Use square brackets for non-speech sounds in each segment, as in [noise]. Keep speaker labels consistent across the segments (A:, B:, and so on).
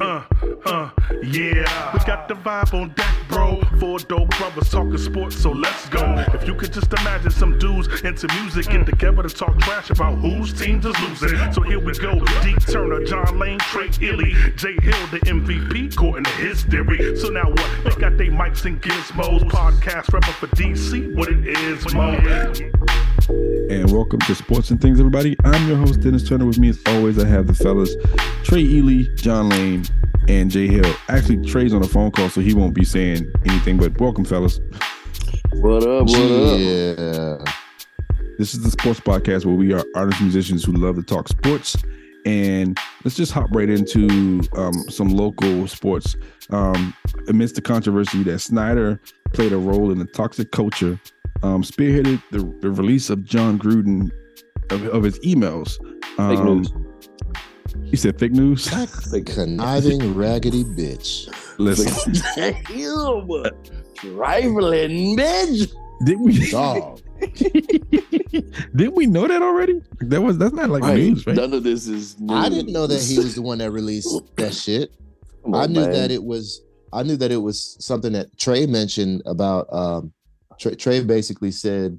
A: Uh, uh, yeah. We got the vibe on deck, bro. Four dope brothers talking sports, so let's go. If you could just imagine some dudes into music get together to talk trash about whose teams is losing. So here we go. Deke Turner, John Lane, Trey Illy, Jay Hill, the MVP, courting to his theory. So now what? They got they mics and gizmos. Podcast rapper for DC, what it is, mo.
B: and welcome to Sports and Things, everybody. I'm your host, Dennis Turner. With me, as always, I have the fellas Trey Ely, John Lane, and Jay Hill. Actually, Trey's on a phone call, so he won't be saying anything, but welcome, fellas.
C: What up? What
D: Yeah.
B: This is the sports podcast where we are artists, musicians who love to talk sports. And let's just hop right into um, some local sports. Um, amidst the controversy that Snyder played a role in the toxic culture, um, spearheaded the, the release of John Gruden of, of his emails. Um,
C: Fake news.
D: Um,
B: You said fake news?
D: That conniving raggedy bitch.
B: [laughs] Listen, [laughs]
C: up? [laughs] Damn, trifling bitch.
B: did we [laughs]
D: Dog.
B: did we know that already? Like, That was that's not like news, right?
C: None of this is. News.
D: I didn't know that
C: [laughs]
D: he was the one that released that shit.
C: Come on,
D: I knew
C: man.
D: that it was. I knew that it was something that Trey mentioned about. Um, Trey, Trey basically said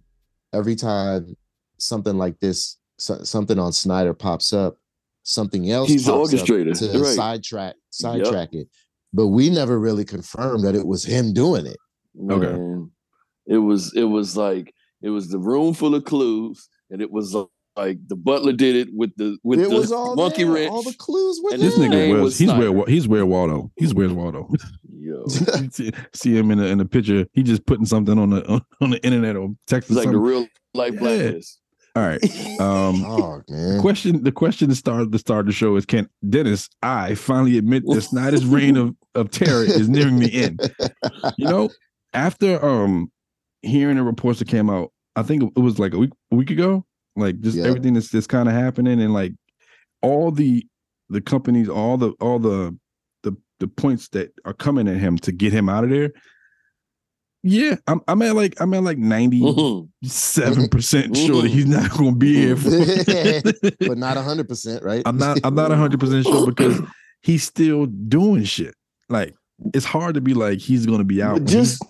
D: every time something like this, so, something on Snyder pops up, something else.
C: He's the
D: pops up
C: orchestrator,
D: to
C: right.
D: sidetrack sidetrack it. But we never really confirmed that it was him doing it.
B: Okay.
C: Man, It was it was like it was the room full of clues, and it was like the butler did it with the with
D: it
C: the
D: was all
C: monkey
D: there.
C: wrench.
D: All the clues were
C: And
B: This
D: there.
C: Yeah.
B: nigga
C: Name
B: was
C: was
B: he's
C: Snyder.
B: where Wa- he's where Waldo. He's where Waldo. [laughs]
D: [laughs]
C: Yo,
B: see, see him in the in the picture. He just putting something on the on, on the internet or
C: it's
B: texting
C: like the
B: something.
C: real life
B: Yeah.
C: blacklist.
B: All right.
D: [laughs]
B: Um
D: Dog, Oh, man.
B: question the question to start the start of the show is can Dennis I finally admit that Snyder's reign of, of terror is nearing the end.
D: [laughs]
B: You know, after um hearing the reports that came out, I think it was like a week a week ago, like just
D: Yeah.
B: everything that's that's kind of happening and like all the the companies, all the all the the the points that are coming at him to get him out of there. Yeah, I'm I'm at like I'm at like ninety
C: [laughs]
D: [laughs]
C: Mhm.
B: seven percent sure that he's not gonna be here for
D: but not hundred percent, right?
B: [laughs] I'm not I'm not
D: [laughs]
B: 100 percent sure because he's still doing shit. Like it's hard to be like he's gonna be out.
C: But
B: when
C: just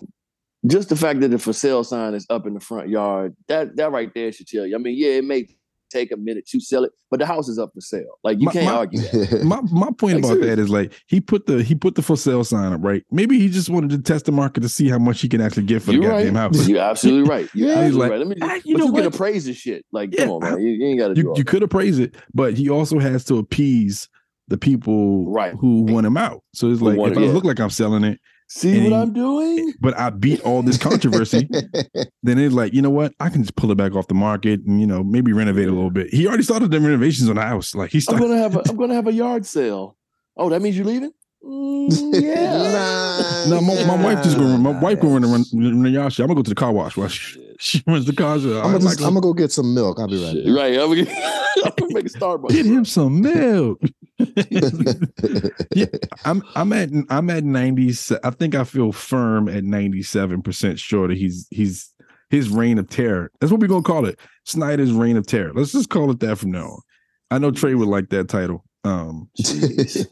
C: just the fact that the for sale sign is up in the front yard, that that right there should tell you. I mean, yeah, it may take a minute to sell it, but the house is up for sale. Like you
B: My-
C: can't
B: my-
C: argue that.
B: he- [laughs] my my point
C: Like,
B: about that is like he put the he put the for sale sign up right. Maybe he just wanted to test the market to see how much he can actually get for the
C: You're
B: goddamn
C: right. [laughs]
B: house.
C: You're absolutely right. You're
B: Yeah.
C: absolutely
B: Like,
C: right. Let me
B: ah,
C: just,
B: you
C: you,
B: know
C: you can
B: what?
C: appraise this shit. Like,
B: Yeah,
C: come on, man. You, you ain't got to
B: [laughs]
C: do
B: You
C: all
B: you
C: that.
B: could appraise it, but he also has to appease the people
C: Right.
B: who want him out. So it's
C: Who
B: like
C: want
B: if
C: it,
B: I
C: yeah.
B: look like I'm selling it,
C: See
B: and
C: what
B: he-
C: I'm doing?
B: but I beat all
C: [laughs]
B: this
D: [laughs]
B: controversy, then it's like, you know what? I can just pull it back off the market and you know, maybe renovate a little bit. He already started the renovations on the house. Like he
C: I'm
B: started
C: gonna have a I'm gonna have a yard sale. Oh, that means you're leaving?
B: [laughs]
C: Mm, yeah.
D: [laughs]
B: No, my, my wife just going. My wife going to run, run the yard. shit. I'm gonna go to the car wash. Well, sh-
C: Shit,
B: She runs the concert.
D: I'm
B: I
D: gonna, just,
B: like-
D: I'm gonna go get some milk. I'll be right
C: Shit, Right. I'm gonna, [laughs] I'm gonna make
B: [laughs]
C: a
B: get
C: Starbucks.
B: him some milk.
D: back. [laughs]
B: [laughs] I'm I'm at I'm at 90. I think I feel firm at 97 percent sure that he's he's his reign of terror. That's what we're gonna call it. Snyder's reign of terror. Let's just call it that from now on. I know Trey would like that title. Um,
C: Jeez.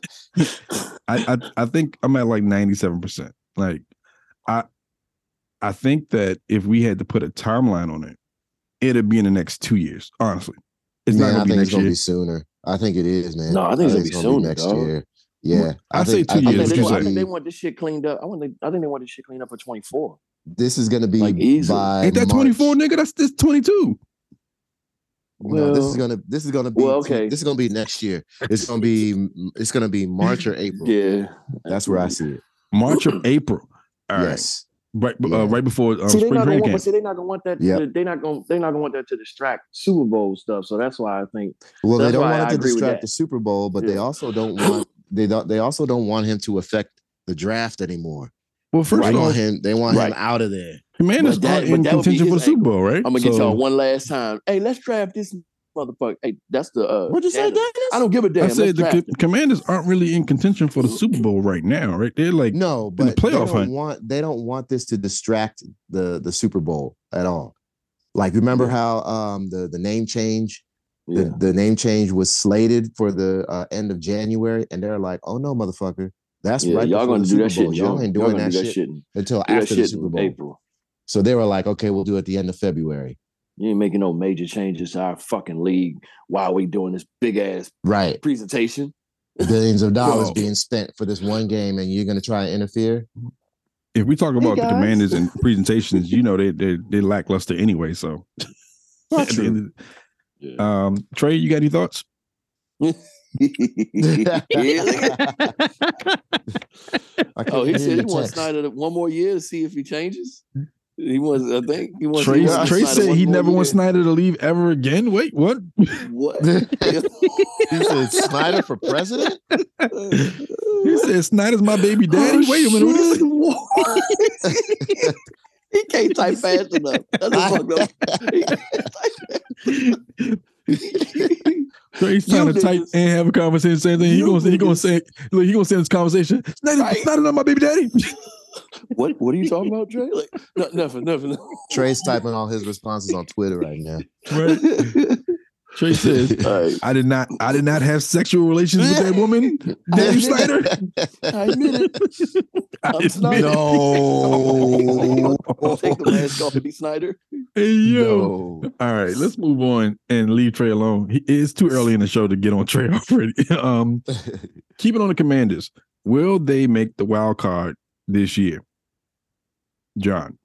B: I, I I think I'm at like 97 percent. Like I I think that if we had to put a timeline on it, it'd be in the next two years. Honestly, it's
D: Man,
B: not gonna
D: I
B: be
D: think it's
B: next
D: gonna
B: year.
D: be sooner. I think it is, man.
C: No, I think it's gonna be sooner, dog.
D: year. Yeah,
B: I'd say
D: think-
B: two
C: I
B: years,
C: think,
B: what
C: they,
B: you
C: want- I
B: say?
C: think they want this shit cleaned up. I want. They, I think they want this shit cleaned up for 24.
D: this is gonna be
C: Like, easily.
D: by
B: Ain't that
D: March.
B: 24, nigga? That's this 22.
D: No, this is
C: Well-
D: gonna this is gonna be
C: Well,
D: tw-
C: okay.
D: This is gonna be next year. It's gonna be it's gonna be March or April.
C: Yeah,
D: That's where I see it.
B: [clears throat] March or April. All right.
D: yes,
B: right b- uh,
D: Yeah.
B: right before um,
C: see, they're
B: spring
C: not gonna
B: training
C: want,
B: camp.
C: but see, they're not gonna want that.
D: Yep.
C: To, they're not gonna. They're not gonna want that to distract Super Bowl stuff. So that's why I think.
D: well, they
C: That's
D: don't
C: why I
D: want it to
C: agree with that.
D: distract the Super Bowl, but they
C: Yeah.
D: also don't want they don't they also don't want him to affect the draft anymore.
B: Well, first
D: they
B: of all,
D: want him they want
C: Right.
D: him out of there.
B: Commanders
C: but that-
B: are
C: but
B: in
C: that would be
B: contention for the
C: his
B: Super Bowl, right?
C: I'm gonna get
B: So,
C: y'all one last time. Hey, let's draft this motherfucker. Hey, that's the. Uh,
D: What'd you say,
C: janitor.
D: Dennis?
C: I don't give a damn.
B: I
C: Let's
B: said the
C: draft
B: co-
C: him.
B: Commanders aren't really in contention for the Super Bowl right now, right? They're like, the
D: No, but they
B: playoff
D: don't
B: hunt.
D: want they don't want this to distract the the Super Bowl at all. Like remember how um the the name change
C: Yeah.
D: the, the name change was slated for the uh, end of January, and they're like, "Oh no, motherfucker, that's
C: Yeah,
D: right.
C: y'all
D: before
C: gonna
D: the
C: do that
D: Super Bowl.
C: shit.
D: Y'all ain't doing
C: gonna
D: that,
C: do
D: shit,
C: in-
D: until
C: do that
D: after the
C: shit
D: Super
C: in
D: Bowl."
C: April.
D: So they were like, "Okay, we'll do it at the end of February."
C: You ain't making no major changes to our fucking league while we doing this big ass
D: Right,
C: presentation.
D: [laughs]
C: [laughs]
D: billions of dollars
B: Whoa.
D: being spent for this one game, and you're gonna try to interfere.
B: if we talk about the
C: guys.
B: Commanders and presentations, you know, they they they lackluster anyway.
C: [laughs]
B: So, At
D: Not
B: the end of-
C: Yeah.
B: um, Trey, you got any thoughts?
C: Oh,
D: [laughs]
C: Yeah, nigga.
D: I
C: oh, he
D: couldn't hear
C: said he
D: your
C: wants
D: text.
C: Snyder to- one more year to see if he changes. He wants, I think, he wants.
B: Trey,
C: he wants
B: Trey
C: Snyder
B: said
C: one
B: he
C: more
B: never wants
C: year.
B: Snyder to leave ever again. Wait,
C: [laughs]
B: what?
C: What?
D: He said Snyder for president.
B: He said Snyder's my baby daddy.
C: Oh,
B: Wait a minute, what is
C: shit, what? [laughs] he can't type fast enough. That's a fucked up. [laughs] He can't type-
B: Trey's trying
C: You
B: to type
C: niggas.
B: and have a conversation. Same thing. He
C: You
B: gonna say, he gonna
C: niggas.
B: say look, he gonna say in this conversation. Snyder,
C: Right.
B: Snyder, not my baby
C: [laughs]
B: daddy.
C: what What are you talking about, Trey? Like, no, nothing, nothing.
D: [laughs] Trey's typing all his responses on Twitter right
C: [laughs]
D: now.
B: right. Trey says,
C: All
B: [laughs]
C: right.
B: I did not I did not have sexual relations with that
C: [laughs]
B: woman, Daddy Snyder.
C: I admit
D: [laughs]
C: it.
B: [laughs]
C: I'm
B: admit
C: Snyder.
B: it. [laughs]
D: No.
C: I'll take the last call, B. Snyder.
B: Hey yo.
D: No. [laughs]
B: All right, let's move on and leave Trey alone. He, it's too early in the show to get on Trey [laughs] already. um keep it on the commanders. Will they make the wild card this year? John.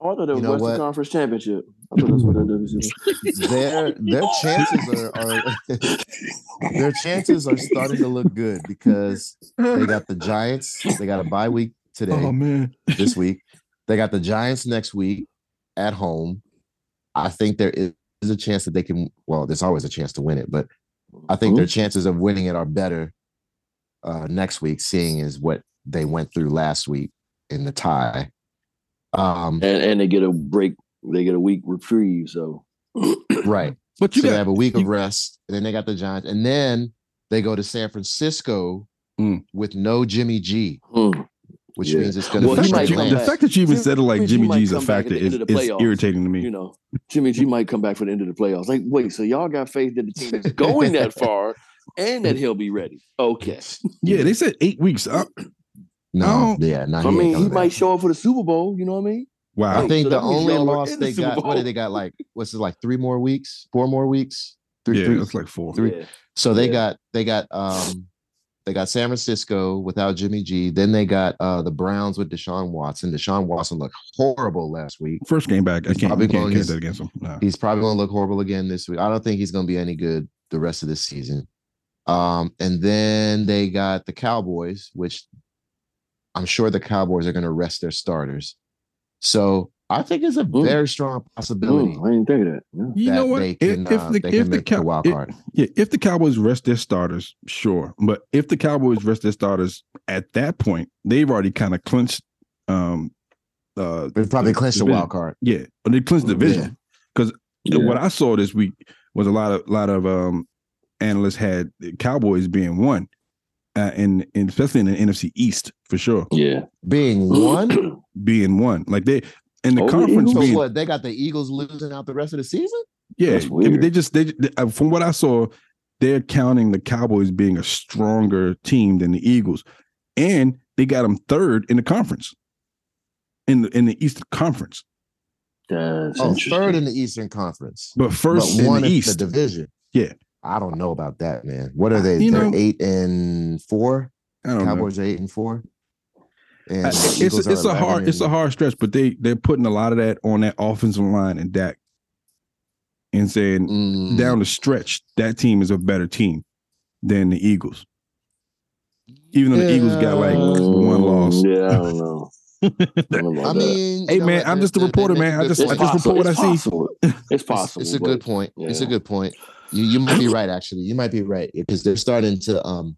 C: Oh, I thought it was
D: You know
C: Western
D: what?
C: Conference Championship. I thought that's what that was.
D: their their chances are, are their chances are starting to look good because they got the Giants. They got a bye week today,
B: Oh man.
D: this week. They got the Giants next week at home. I think there is a chance that they can. Well, there's always a chance to win it, but I
C: Hmm?
D: think their chances of winning it are better uh, next week, seeing as what they went through last week in the tie. Um,
C: And, and they get a break. They get a week reprieve. So
D: right.
B: But you
D: so they
B: got
D: have a week
B: you-
D: of rest, and then they got the Giants, and then they go to San Francisco
B: Mm.
D: with no Jimmy G,
C: hmm.
D: which
C: Yeah.
D: means it's
B: the,
D: going to
C: Well,
B: fact
C: he
D: be straight
B: that
C: might
B: you,
C: come
D: lane.
B: the
C: back.
B: fact that you even said it like
C: Jimmy
B: Jimmy
C: might
B: G's a
C: come back at
B: factor
C: the end
B: is,
C: of the
B: is
C: playoffs.
B: irritating to me.
C: you know, Jimmy G might come back for the end of the playoffs. Like, wait, so y'all got faith that the team is going [laughs] that far and that he'll be ready? Okay.
B: Yeah, they said eight weeks. Uh,
D: No,
B: don't-
D: yeah, not
C: I mean, he might show up for the Super Bowl. You know what I mean?
B: wow.
D: I think
C: So
D: the
C: that means
D: only
C: y'all are
D: loss
C: in the
D: they
C: Super
D: got, what
C: Bowl.
D: did they got? Like, what's it like? Three more weeks, four more weeks. Three,
B: yeah,
D: three-
B: it's like four.
D: Three-
C: Yeah.
D: So they
C: Yeah.
D: got they got um they got San Francisco without Jimmy G. Then they got uh the Browns with Deshaun Watson. Deshaun Watson looked horrible last week.
B: First game back. I
D: He's
B: can't,
D: probably
B: I can't
D: going
B: catch
D: his-
B: that against him. Nah.
D: He's probably going to look horrible again this week. I don't think he's going to be any good the rest of this season. Um, and then they got the Cowboys, which I'm sure the Cowboys are going to rest their starters. So I think it's a
C: Mm.
D: very strong possibility
C: Mm, I didn't think of that. Yeah.
B: You
D: that
B: know what?
D: they
B: If,
D: can,
B: if
D: uh,
B: the
D: they
B: if
D: can
B: the,
D: make the
B: Cow-
D: wild
B: if-
D: card.
B: yeah, if the Cowboys rest their starters, sure. But if the Cowboys rest their starters at that point, they've already kind of clinched um uh
D: They probably clinched the
B: division.
D: wild card.
B: Yeah, and they clinched the
D: Yeah.
B: division because you know
C: Yeah.
B: what I saw this week was a lot of lot of um analysts had the Cowboys being one, uh, and, and especially in the NFC East for sure
C: Yeah.
D: Being one.
B: being one. Like they in the
C: Oh,
B: conference
D: So
C: Eagles.
B: being
D: what? They got the Eagles losing out the rest of the season.
B: yeah,
C: That's
B: I mean, they
C: weird.
B: just they, they uh, from what I saw, they're counting the Cowboys being a stronger team than the Eagles, and they got them third in the conference. In the in the East Conference,
C: That's
D: Oh,
C: interesting.
D: third in the Eastern Conference.
B: but first
D: but
B: in
D: one
B: the
D: in
B: East.
D: the division.
B: Yeah.
D: I don't know about that, man. What are they?
B: You
D: They're
B: know-
D: eight and four.
B: I don't know.
D: Cowboys are eight and four. And
B: I-
D: the
B: it's
D: Eagles
B: a,
D: are
B: it's a
D: 11
B: hard it's a
D: and-
B: hard stretch, but they they're putting a lot of that on that offensive line and Dak, and saying
D: Mm.
B: down the stretch that team is a better team than the
D: [laughs]
B: Eagles. Even though the Eagles got like
D: Mm,
B: one loss.
C: Yeah, I don't know. I, don't know
D: I
C: about that.
D: mean,
B: Hey,
D: you know
B: man,
D: what?
B: I'm
D: They-
B: just a
D: they- they
B: reporter,
D: make a
B: man. I
D: good
B: just- I
D: point.
B: just report what I see.
C: possible. It's
D: It's-
C: possible.
D: It's, a
C: but-
D: good point. It's a
C: yeah.
D: good point. You you might be right actually. You might be right because they're starting to um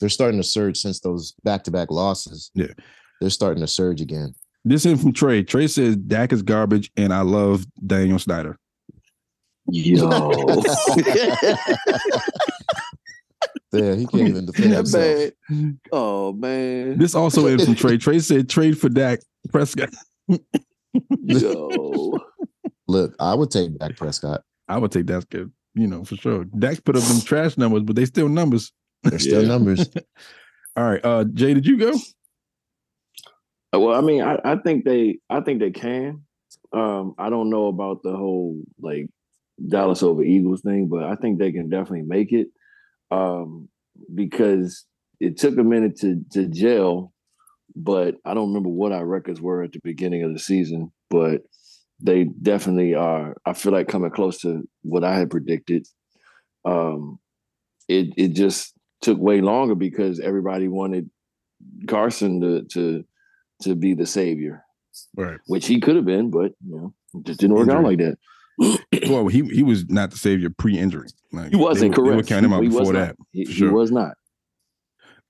D: they're starting to surge since those back-to-back losses.
B: Yeah.
D: They're starting to surge again.
B: This in from Trey. Trey says Dak is garbage, and I love Daniel Snyder.
C: [laughs] Yo.
D: [laughs] Yeah, he can't even defend
C: that
D: himself.
C: bad. Oh man.
B: This also
C: [laughs]
B: in from Trey. Trey said trade for Dak Prescott.
C: Yo.
D: Look, I would take Dak Prescott.
B: [laughs] I would take that, you know, for sure. Dak put up them trash numbers, but they still numbers.
D: They're still
C: Yeah.
D: numbers.
B: All right, uh, Jay, did you go?
C: Well, I mean, I, I think they I think they can. Um, I don't know about the whole like Dallas over Eagles thing, but I think they can definitely make it. Um, because it took a minute to to gel, but I don't remember what our records were at the beginning of the season, but they definitely are I feel like coming close to what I had predicted. Um it it just took way longer because everybody wanted Carson to to to be the savior,
B: Right.
C: which he could have been, but you know, it just didn't work out
B: Injury.
C: like that.
B: [clears throat] [clears throat] Well, he he was not the savior pre-injury. Like,
C: He wasn't
B: They were, they were
C: correct.
B: counting him out
C: He was
B: before
C: not.
B: that.
C: He,
B: for
C: he
B: sure.
C: was not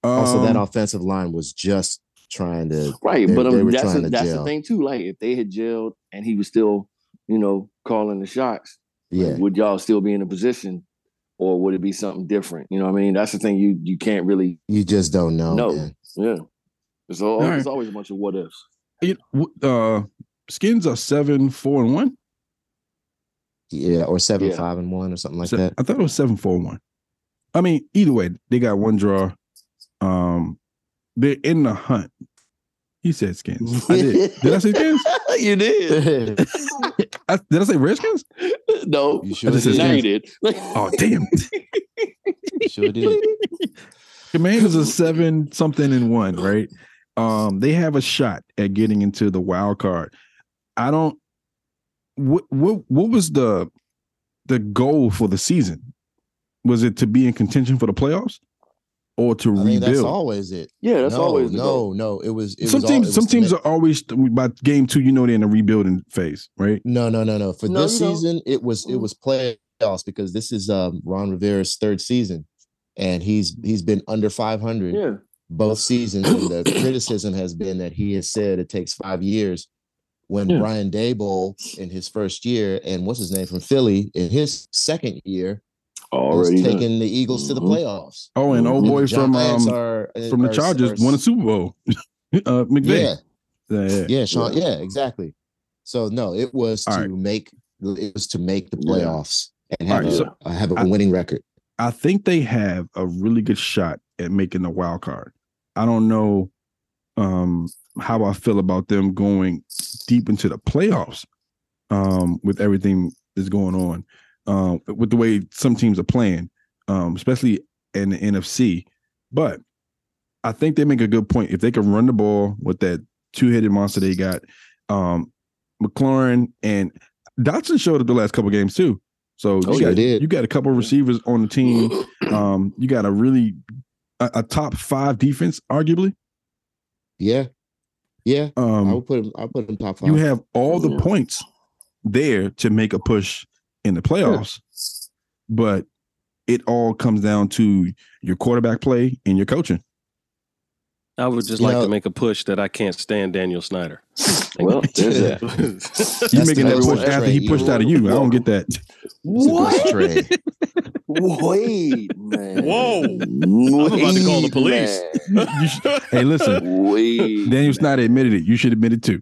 D: also, that
B: Um,
D: offensive line was just trying to
C: right,
D: They-
C: but
D: they
C: um,
D: were
C: that's
D: trying
C: the,
D: to
C: that's
D: gel.
C: the thing too. Like if they had jailed and he was still, you know, calling the shots,
D: yeah.
C: would y'all still be in a position, or would it be something different? You know, what I mean, that's the thing. You you can't really
D: You just don't know.
C: No.
D: man.
C: yeah. There's, all,
B: All right.
C: there's always a bunch of what ifs.
B: you know, w- uh, skins are seven, four, and one.
D: Yeah, or seven
C: Yeah.
D: five and one or something like
B: Se-
D: that.
B: I thought it was seven, four, and one. I mean, either way, they got one draw. Um, they're in the hunt. He said skins. I did. did
D: [laughs]
B: I say skins?
C: [laughs] you did.
B: I, did I say redskins?
C: [laughs] No,
D: You
B: I
D: sure
B: just said
D: did.
C: now you
B: skins.
C: did.
B: Oh damn!
D: You [laughs] sure did.
B: Commanders are seven something and one, right? Um, they have a shot at getting into the wild card. I don't. What what what was the the goal for the season? Was it to be in contention for the playoffs, or to
D: I mean,
B: rebuild?
D: that's always it.
C: [laughs] yeah, that's
D: no,
C: always the
D: no,
C: goal.
D: no. It was. It
B: some
D: was all- it
B: teams
D: was
B: some
D: to
B: teams
D: make-
B: are always by game two. You know they're in a rebuilding phase, right?
D: No, no, no, no. For
C: No,
D: this
C: you don't.
D: season, it was it
C: Mm.
D: was playoffs because this is um, Ron Rivera's third season, and he's he's been under five hundred
C: Yeah,
D: both seasons. And
C: [coughs]
D: the criticism has been that he has said it takes five years. When
C: Yeah.
D: Brian Dable in his first year and what's his name from Philly in his second year
C: already
D: was
C: done.
D: taking the Eagles to the
C: Mhm.
D: playoffs.
B: Oh, and old
D: And the
B: boy from
D: Giants
B: um,
D: are-
B: from the
D: are-
B: Chargers
D: are-
B: won a Super Bowl. [laughs] uh,
D: Yeah,
B: McVay. Yeah, yeah.
D: yeah, Sean. Yeah, exactly. So no, it was
B: All
D: to
B: right. make-
D: make it was to make the
C: Yeah.
D: playoffs and
B: All
D: have
B: right,
D: a,
B: so
D: uh, have a
B: I-
D: winning record.
B: I think they have a really good shot at making the wild card. I don't know um, how I feel about them going deep into the playoffs um, with everything that's going on, um, with the way some teams are playing, um, especially in the NFC. But I think they make a good point. If they can run the ball with that two headed monster they got, um, McLaurin and Dotson showed up the last couple games too. So
D: Oh,
B: you,
D: yeah,
B: got,
D: he did.
B: you got a couple receivers on the
D: [clears throat]
B: team. Um, you got a really a, a top five defense, arguably.
D: Yeah, yeah. I
B: Um,
D: would put him. I put him top five.
B: you have all the
C: Yeah.
B: points there to make a push in the playoffs, but it all comes down to your quarterback play and your coaching.
E: I would just
D: You
E: like
D: know-
E: to make a push that I can't stand Daniel Snyder.
B: [laughs]
C: Well, there's that. [laughs]
E: that.
B: You
D: That's
B: making
D: the
B: that
D: most
B: push after he
D: trade.
B: pushed out of you? I don't get that.
D: What? [laughs] Trade.
C: Wait, man.
E: Whoa.
C: Wait,
E: about to call the police.
B: You should- hey, listen,
C: [laughs] man. Wait.
B: Daniel Snyder admitted it. You should admit it too.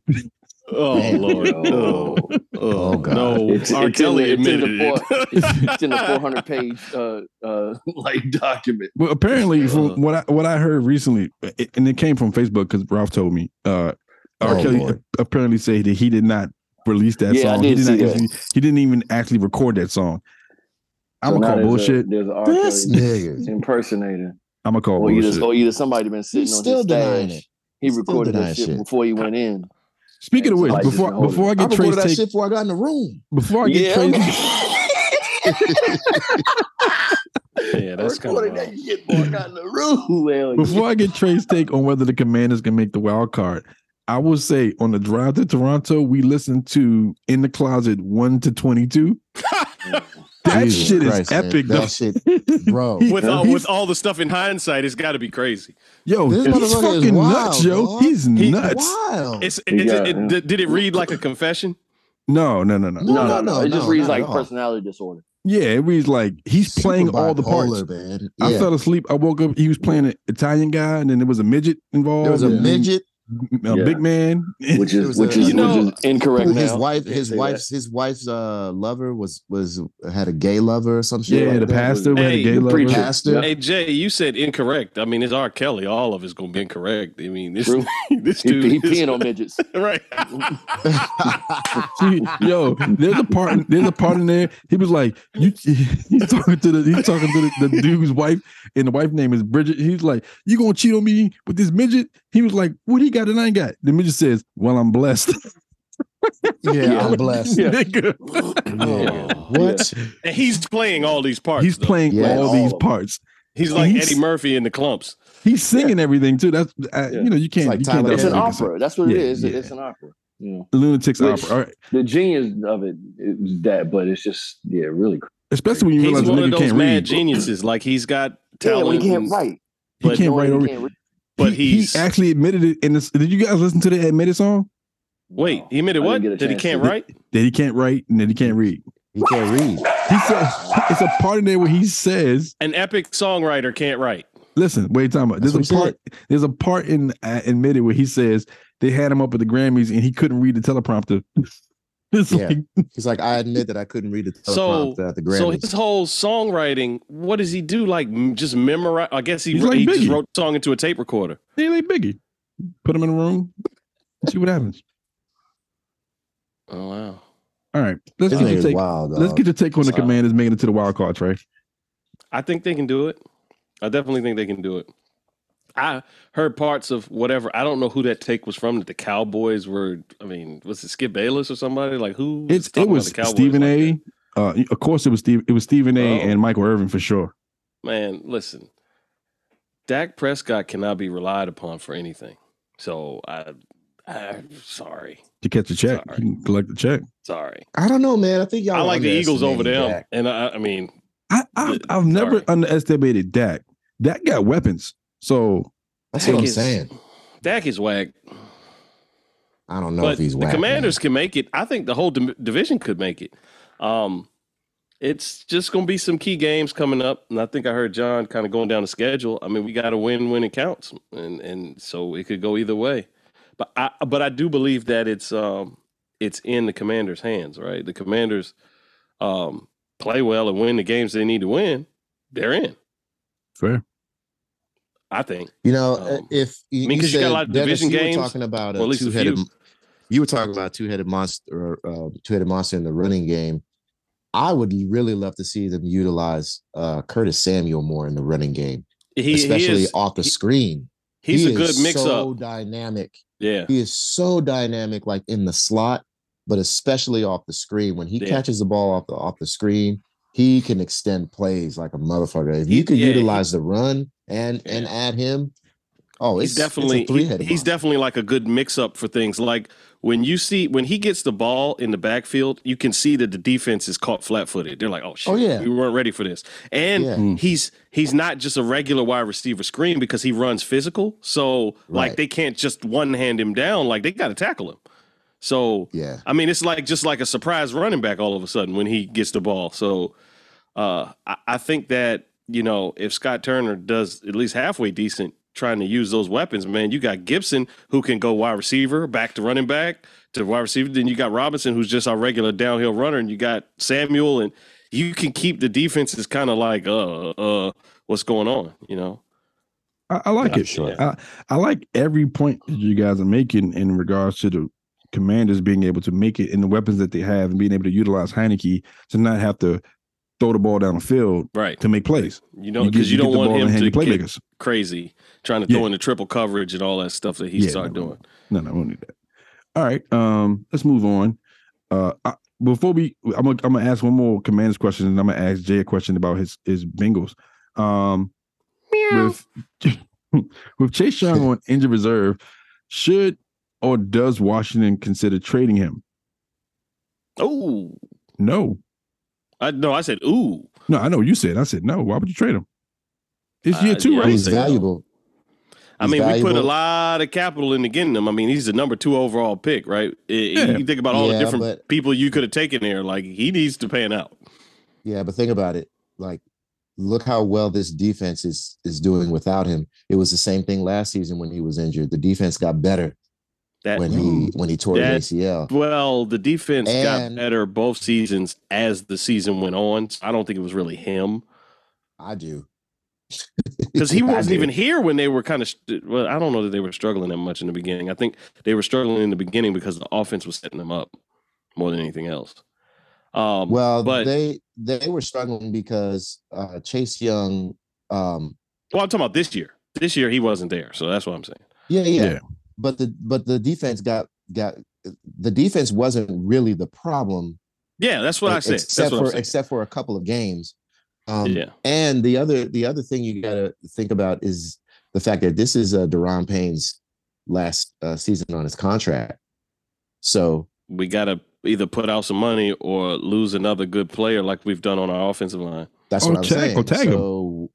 E: Oh
D: Man.
E: Lord!
C: Yo.
E: Oh,
D: Oh, God.
E: No,
C: It's-
E: R.
C: it's in
E: Kelly
C: the- it's in the
E: admitted it.
C: four- It's in
E: [laughs]
C: the 400 page uh, uh, [laughs] like document.
B: Well, apparently,
E: Uh.
B: from what I what I heard recently, it, and it came from Facebook because Ralph told me. Uh, R.
D: Oh,
B: Kelly
D: Lord.
B: apparently said that he did not release that
C: Yeah, I
B: song.
C: did
B: he did not.
C: see that.
B: actually- He didn't even actually record that song. I'm
C: So
B: gonna
C: now
B: call
C: there's
B: bullshit.
C: A, there's an R.
D: This
C: Kelly
D: nigga.
C: [laughs] impersonator.
B: I'm gonna call
C: or either,
B: bullshit.
C: or either somebody been sitting
D: He's
C: on
D: still
C: his
D: denying
C: stash.
D: it.
C: He
D: He's still
C: recorded
D: denying
C: that shit,
D: shit.
C: before he went in.
B: Speaking of which,
C: Like, just
B: before
C: hold
B: before I
D: I
B: get
D: recorded
B: Trey's
D: that
B: take,
D: shit before I got in the room.
B: before I
E: [laughs]
B: get Trey's
E: Yeah, that's kind
C: [laughs] recorded
E: of
C: that shit before I got in the room. Hell
B: [laughs]
C: yeah.
B: Before I get Trey's take on whether the Commanders can make the wild card, I will say on the drive to Toronto, we listened to In the Closet 1 to 22.
E: [laughs]
B: That
D: Jesus
B: shit
D: Christ,
B: is
D: man.
B: epic, [laughs]
D: That shit,
B: though.
D: bro.
E: with all,
B: He's-
E: with uh, all the stuff in hindsight, it's got to be crazy.
B: yo,
D: This
B: he's
D: motherfucker is
B: fucking
D: wild,
B: nuts, yo.
D: dog.
B: He's
E: He-
B: nuts.
D: Wild.
E: It's, it's
C: Yeah,
E: it,
C: yeah.
E: Did, did it read like a confession?
B: No, no, no, no,
D: No,
C: No, no, no. It just
D: no,
C: reads
D: not at
C: like
D: all.
C: personality disorder.
B: Yeah, it reads like he's
D: Super
B: playing all the parts.
D: bipolar, man.
B: I
D: Yeah.
B: fell asleep. I woke up. He was playing an Italian guy, and then there was a midget involved.
D: There was a
B: and
D: midget.
B: a
C: Yeah.
B: big man. [laughs]
C: Which
D: There
C: is
D: was
C: which
D: a-
C: is
E: You know,
C: which is incorrect
D: who
C: now.
D: his wife
C: Can't
D: his
C: say that.
D: wife's his wife's uh lover was was had a gay lover or some shit
B: yeah,
D: like
B: the
D: that.
B: pastor
E: was-
B: had a
E: Hey,
B: gay
E: the
B: lover.
C: preacher.
D: pastor
E: Hey Jay, you said incorrect. I mean, it's R. Kelly. All of it's gonna be incorrect. I mean, this
C: True.
E: [laughs] this
C: He,
E: dude
C: he
E: is-
C: peeing
E: [laughs]
C: on midgets.
E: right.
B: He- yo, there's a part. There's a part in there. He was like, you, [laughs] he's talking to the he's talking to the, the dude's wife, and the wife name is Bridget. He's like, you gonna cheat on me with this midget? He was like, what he got and I ain't got. The midget says, well, I'm blessed. [laughs]
D: [laughs] yeah, I'm blessed
C: Yeah.
B: Nigga,
D: Oh, what
E: And he's playing all these parts.
B: he's
E: though.
B: playing
D: Yeah,
B: all
C: all
B: these
C: of them.
B: parts.
E: He's like
B: he's-
E: Eddie Murphy in the clumps.
B: He's singing everything too. That's I,
C: Yeah.
B: you know you can't.
D: like
B: you can't
D: Tyler
C: It's an
D: Yeah.
C: opera. That's what it
B: Yeah,
C: is.
B: yeah.
C: It's an opera. You know,
B: Lunatics
C: Which-
B: opera. All right.
C: the genius of it is that, but it's just yeah, really. crazy.
B: Especially when you
E: He's
B: realize the
E: one of
B: nigga
E: those
B: can't
E: mad
B: read.
E: geniuses. Like he's got
C: Yeah,
E: talent,
C: when he can't
E: and-
C: write,
B: He
E: but
B: can't
C: knowing
B: write
C: he
B: over.
C: can't read-
E: but
B: he, he
E: he's
B: actually admitted it. In this, did you guys listen to the admitted song?
E: wait. He admitted
C: I didn't
E: what?
C: get a
E: That he
C: chance
E: can't
C: to-
E: write.
B: That he can't write and that he can't read.
D: he can't read
B: He says it's a part in there where he says,
E: An epic songwriter can't write.
B: "Listen, wait, time out.
D: That's
B: There's a
D: what he
B: part. There's a part in uh, admitted where he says they had him up at the Grammys and he couldn't read the teleprompter. [laughs] it's
D: Yeah.
B: like
D: he's like i admit that i couldn't read the
E: So-
D: teleprompter at the
E: So
D: grammys
E: his whole songwriting, what does he do? Like m- just memorize? I guess he,
B: He's like
E: he just
B: Biggie.
E: wrote the song into a tape recorder.
B: they like Biggie. Put him in a room, see what happens.
E: Oh wow.
B: All right, let's
D: This
B: get your
D: nigga's
B: take.
D: wild
B: Let's
D: dog.
B: get your take on the
E: Wow.
B: Commanders making it to the wild card, Trey.
E: I think they can do it. I definitely think they can do it. I heard parts of whatever. I don't know who that take was from. That the Cowboys were. I mean, was it Skip Bayless or somebody? Like who?
B: It's
E: talking
B: it
E: about
B: was
E: the Cowboys
B: Stephen
E: like
B: A.
E: that?
B: Uh, of course, it was Steve. It was Stephen A.
E: Oh.
B: and Michael Irvin for sure.
E: Man, listen. Dak Prescott cannot be relied upon for anything. So I, I'm sorry,
B: To catch a check,
E: Sorry.
B: he can collect the check.
E: sorry.
D: i don't know man i think y'all
E: I like the Eagles over
D: underestimating
E: them,
D: Dak.
E: and I, I mean,
B: I, I
E: Th-
B: I've never
E: sorry.
B: underestimated Dak. Dak got weapons, so
D: that's what i'm
E: is-
D: saying
E: Dak is whack.
D: i don't know
E: but
D: if he's
E: the
D: whack, man.
E: Commanders can make it. I think the whole dim- division could make it. Um, it's just going to be some key games coming up, and I think I heard John kind of going down the schedule. I mean, we got to win when it counts, and and so it could go either way. But I but I do believe that it's um it's in the Commanders' hands, right? The Commanders um play well and win the games they need to win. They're in,
B: fair.
E: I think.
D: you know
E: Um,
D: if you,
E: I mean, 'cause you got a
D: said,
E: lot of
D: Dennis,
E: division
D: you were
E: games,
D: talking about
E: or at
D: a
E: least a
D: two-headed
E: few.
D: you were talking about two-headed monster or uh, two-headed monster in the running game i would really love to see them utilize uh curtis samuel more in the running game
E: He,
D: especially
E: he is
D: off the
E: he-
D: screen
E: he's
D: He
E: a good
D: is
E: mix
D: so
E: up.
D: dynamic
E: Yeah,
D: he is so dynamic like in the slot but especially off the screen when he
E: Yeah.
D: catches the ball off the off the screen he can extend plays like a motherfucker if
E: He-
D: you could
E: yeah, he-
D: utilize the run and and
E: Yeah.
D: add him Oh, it's
E: he's definitely
D: it's a three-headed
E: he- he's
D: monster.
E: definitely like a good mix up for things like when you see when he gets the ball in the backfield you can see that the defense is caught flat-footed they're like oh shit
D: Oh, yeah.
E: we weren't ready for this and
D: Yeah. Mm.
E: he's he's not just a regular wide receiver screen because he runs physical so like
D: Right.
E: they can't just one hand him down like they got to tackle him so
D: Yeah.
E: I mean, it's like just like a surprise running back all of a sudden when he gets the ball. So uh, I, I think that you know if Scott Turner does at least halfway decent trying to use those weapons, man, you got Gibson who can go wide receiver back to running back to wide receiver. Then you got Robinson who's just our regular downhill runner, and you got Samuel, and you can keep the defenses kind of like uh uh what's going on, you know.
B: I, I like
E: Yeah,
B: it.
E: sure.
B: I, I like every point that you guys are making in regards to the commanders being able to make it in the weapons that they have and being able to utilize Heineke to not have to throw the ball down the field
E: Right.
B: to make plays.
E: You know,
B: You get-
E: because you,
B: you get
E: don't
B: the
E: want
B: ball in
E: him
B: the hand
E: to
B: of
E: get
B: playmakers.
E: crazy trying to
B: Yeah.
E: throw in the triple coverage and all that stuff that he
B: Yeah,
E: started
B: no, no.
E: doing.
B: No, no, we don't need that. All right. Um, let's move on. Uh I, before we I'm gonna I'm gonna ask one more commanders question and I'm gonna ask Jay a question about his his Bengals. Um with [laughs] with Chase Young
E: [laughs]
B: on injured reserve, should or does Washington consider trading him?
E: Oh,
B: No.
E: I no, I said ooh.
B: No, I know you said. I said no. Why would you trade him? It's
E: Uh,
B: year two,
E: yeah,
B: right?
D: He's
E: Say no.
D: valuable.
E: I
D: He's
E: mean, we put a
D: valuable.
E: lot of capital into getting him. I mean, he's the number two overall pick, right? I-
B: Yeah.
E: You think about all the
D: Yeah,
E: different
D: but-
E: people you could have taken there. Like he needs to pan out.
D: Yeah, but think about it. Like, look how well this defense is is doing without him. It was the same thing last season when he was injured. The defense got better
E: That
D: when he when he tore
E: That-
D: his ACL.
E: well, the defense
D: And-
E: got better both seasons as the season went on. So I don't think it was really him
D: I do. [laughs]
E: because he
D: I
E: wasn't
D: do.
E: even here when they were kind of. Well, I don't know that they were struggling that much in the beginning. I think they were struggling in the beginning because the offense was setting them up more than anything else. Um,
D: Well,
E: but
D: they they were struggling because uh Chase Young um
E: well, I'm talking about this year. This year he wasn't there, so that's what I'm saying.
D: yeah, yeah.
B: Yeah.
D: But the but the defense got got the defense wasn't really the problem
E: Yeah, that's what I said.
D: except
E: That's what I'm
D: for
E: saying.
D: except for a couple of games. Um
E: yeah,
D: And the other the other thing you got to think about is the fact that this is uh, Deron Payne's last uh, season on his contract. So
E: we gotta either put out some money or lose another good player like we've done on our offensive line.
D: that's
B: Oh,
D: what I'm
B: tag-
D: saying.
B: oh, tag him.
D: so,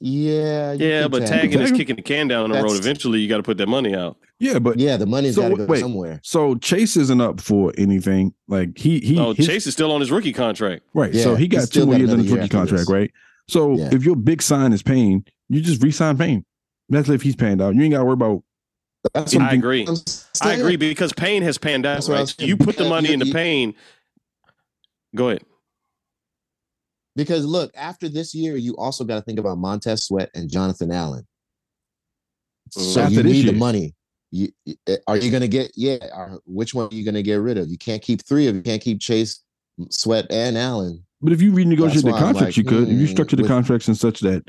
D: yeah, you
E: Yeah,
D: can
E: but
D: tag
E: tagging
D: him.
E: is
B: Tag him?
E: kicking the can down the road.
D: That's-
E: Eventually, you got to put that money out.
B: Yeah, but
D: yeah, the money's
B: So,
D: got to go
B: wait.
D: somewhere.
B: so Chase isn't up for anything. Like he he
E: Oh,
B: his-
E: Chase is still on his rookie contract.
B: Right.
D: Yeah,
B: so he
D: he's
B: got two
D: still
B: more
D: got
B: years on
D: another
B: his
D: year
B: rookie
D: after
B: contract,
D: this.
B: right? So
D: Yeah.
B: if your big sign is Payne, you just re-sign Payne. That's if he's panned out. You ain't got to worry about.
D: That's
E: I agree. I
D: I'm saying.
E: agree because Payne has panned out.
D: That's what I
E: Right?
D: was saying.
E: You put the
D: Because
E: money
D: you-
E: into
D: you-
E: Payne. Go ahead.
D: because look, after this year, you also got to think about Montez Sweat and Jonathan Allen. So
B: After
D: you
B: this
D: need
B: year.
D: the money. You, you- eh, are you going to get? Yeah. Are, which one are you going to get rid of? You can't keep three of. You can't keep Chase, Sweat, and Allen.
B: But if you renegotiate
D: That's
B: the
D: why I'm
B: contracts, you
D: like,
B: could. if you
D: hmm,
B: structure the
D: with-
B: contracts in such that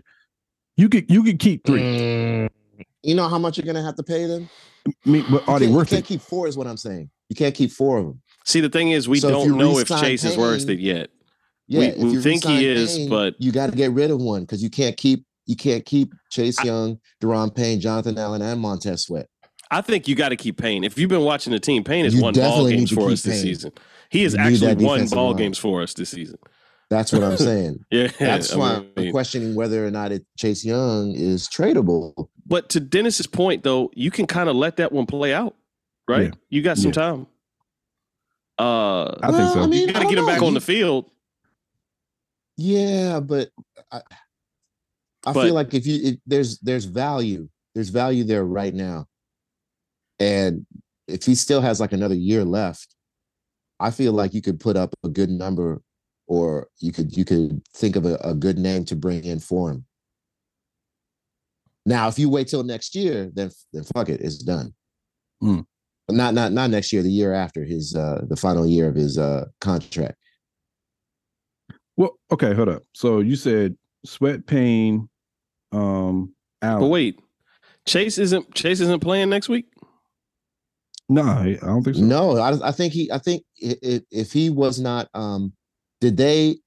B: you could you could keep three.
E: Mm.
D: You know how much you're going to have to pay them.
B: I mean, but are
D: you
B: they
D: can't-
B: worth
D: You can't
B: it?
D: keep four. Is what I'm saying. You can't keep four of them.
E: See, the thing is, we
D: So if
E: don't
D: you
E: know if
D: re-sign
E: Chase is worth
D: Payne-
E: it yet.
D: Yeah,
E: We-
D: if
E: we
D: you
E: think he
D: resign
E: is,
D: Payne,
E: but-
D: you got to get rid of one because you can't keep you can't keep Chase Young, Deron Payne, Jonathan Allen, and Montez Sweat.
E: I think you got to keep Payne. If you've been watching the team, Payne has
D: You
E: won ball
D: definitely need
E: games
D: to
E: for
D: keep
E: us this
D: Payne.
E: season. He has
D: You need
E: actually
D: that
E: won
D: defensive
E: ball
D: line.
E: games for us this season.
D: That's what I'm saying.
E: [laughs] Yeah,
D: That's
E: I
D: why I'm
E: mean-
D: questioning whether or not it, Chase Young is tradable.
E: But to Dennis's point, though, you can kind of let that one play out, right?
B: Yeah.
E: You got some
B: Yeah.
E: time. Uh,
B: I think so.
D: mean,
E: you got
D: I
E: to
D: don't
E: get him back
D: know.
E: on
D: You-
E: the field.
D: Yeah, but I, I
E: But-
D: feel like if you if there's there's value, there's value there right now, and if he still has like another year left, I feel like you could put up a good number, or you could you could think of a, a good name to bring in for him. Now, if you wait till next year, then then fuck it, it's done.
B: Hmm.
D: But Not not not next year, the year after his uh the final year of his uh contract.
B: Well, okay, hold up. So you said Sweat Payne, um, Allen.
E: But wait, Chase isn't Chase isn't playing next week.
B: nah, I don't think so.
D: No, I, I think he. I think if, if he was not, um, did they?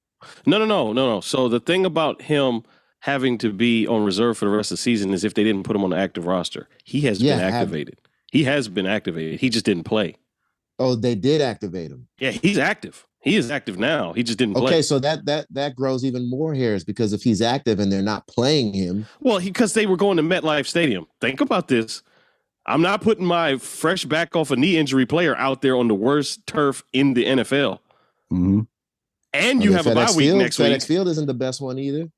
E: No, no, no, no, no. So the thing about him having to be on reserve for the rest of the season is if they didn't put him on the active roster. He has
D: Yeah,
E: been
D: have-
E: activated. He has been activated. He just didn't play.
D: Oh, they did activate him.
E: Yeah, he's active. He is active now. He just didn't play.
D: Okay, so that that that grows even more hairs because if he's active and they're not playing him,
E: Well, because they were going to MetLife Stadium. Think about this. I'm not putting my fresh back off a knee injury player out there on the worst turf in the NFL.
B: Mhm.
E: And
D: I
E: you
D: mean,
E: have a bye
D: FedEx
E: week
D: Field,
E: next
D: FedEx
E: week.
D: Field isn't the best one either.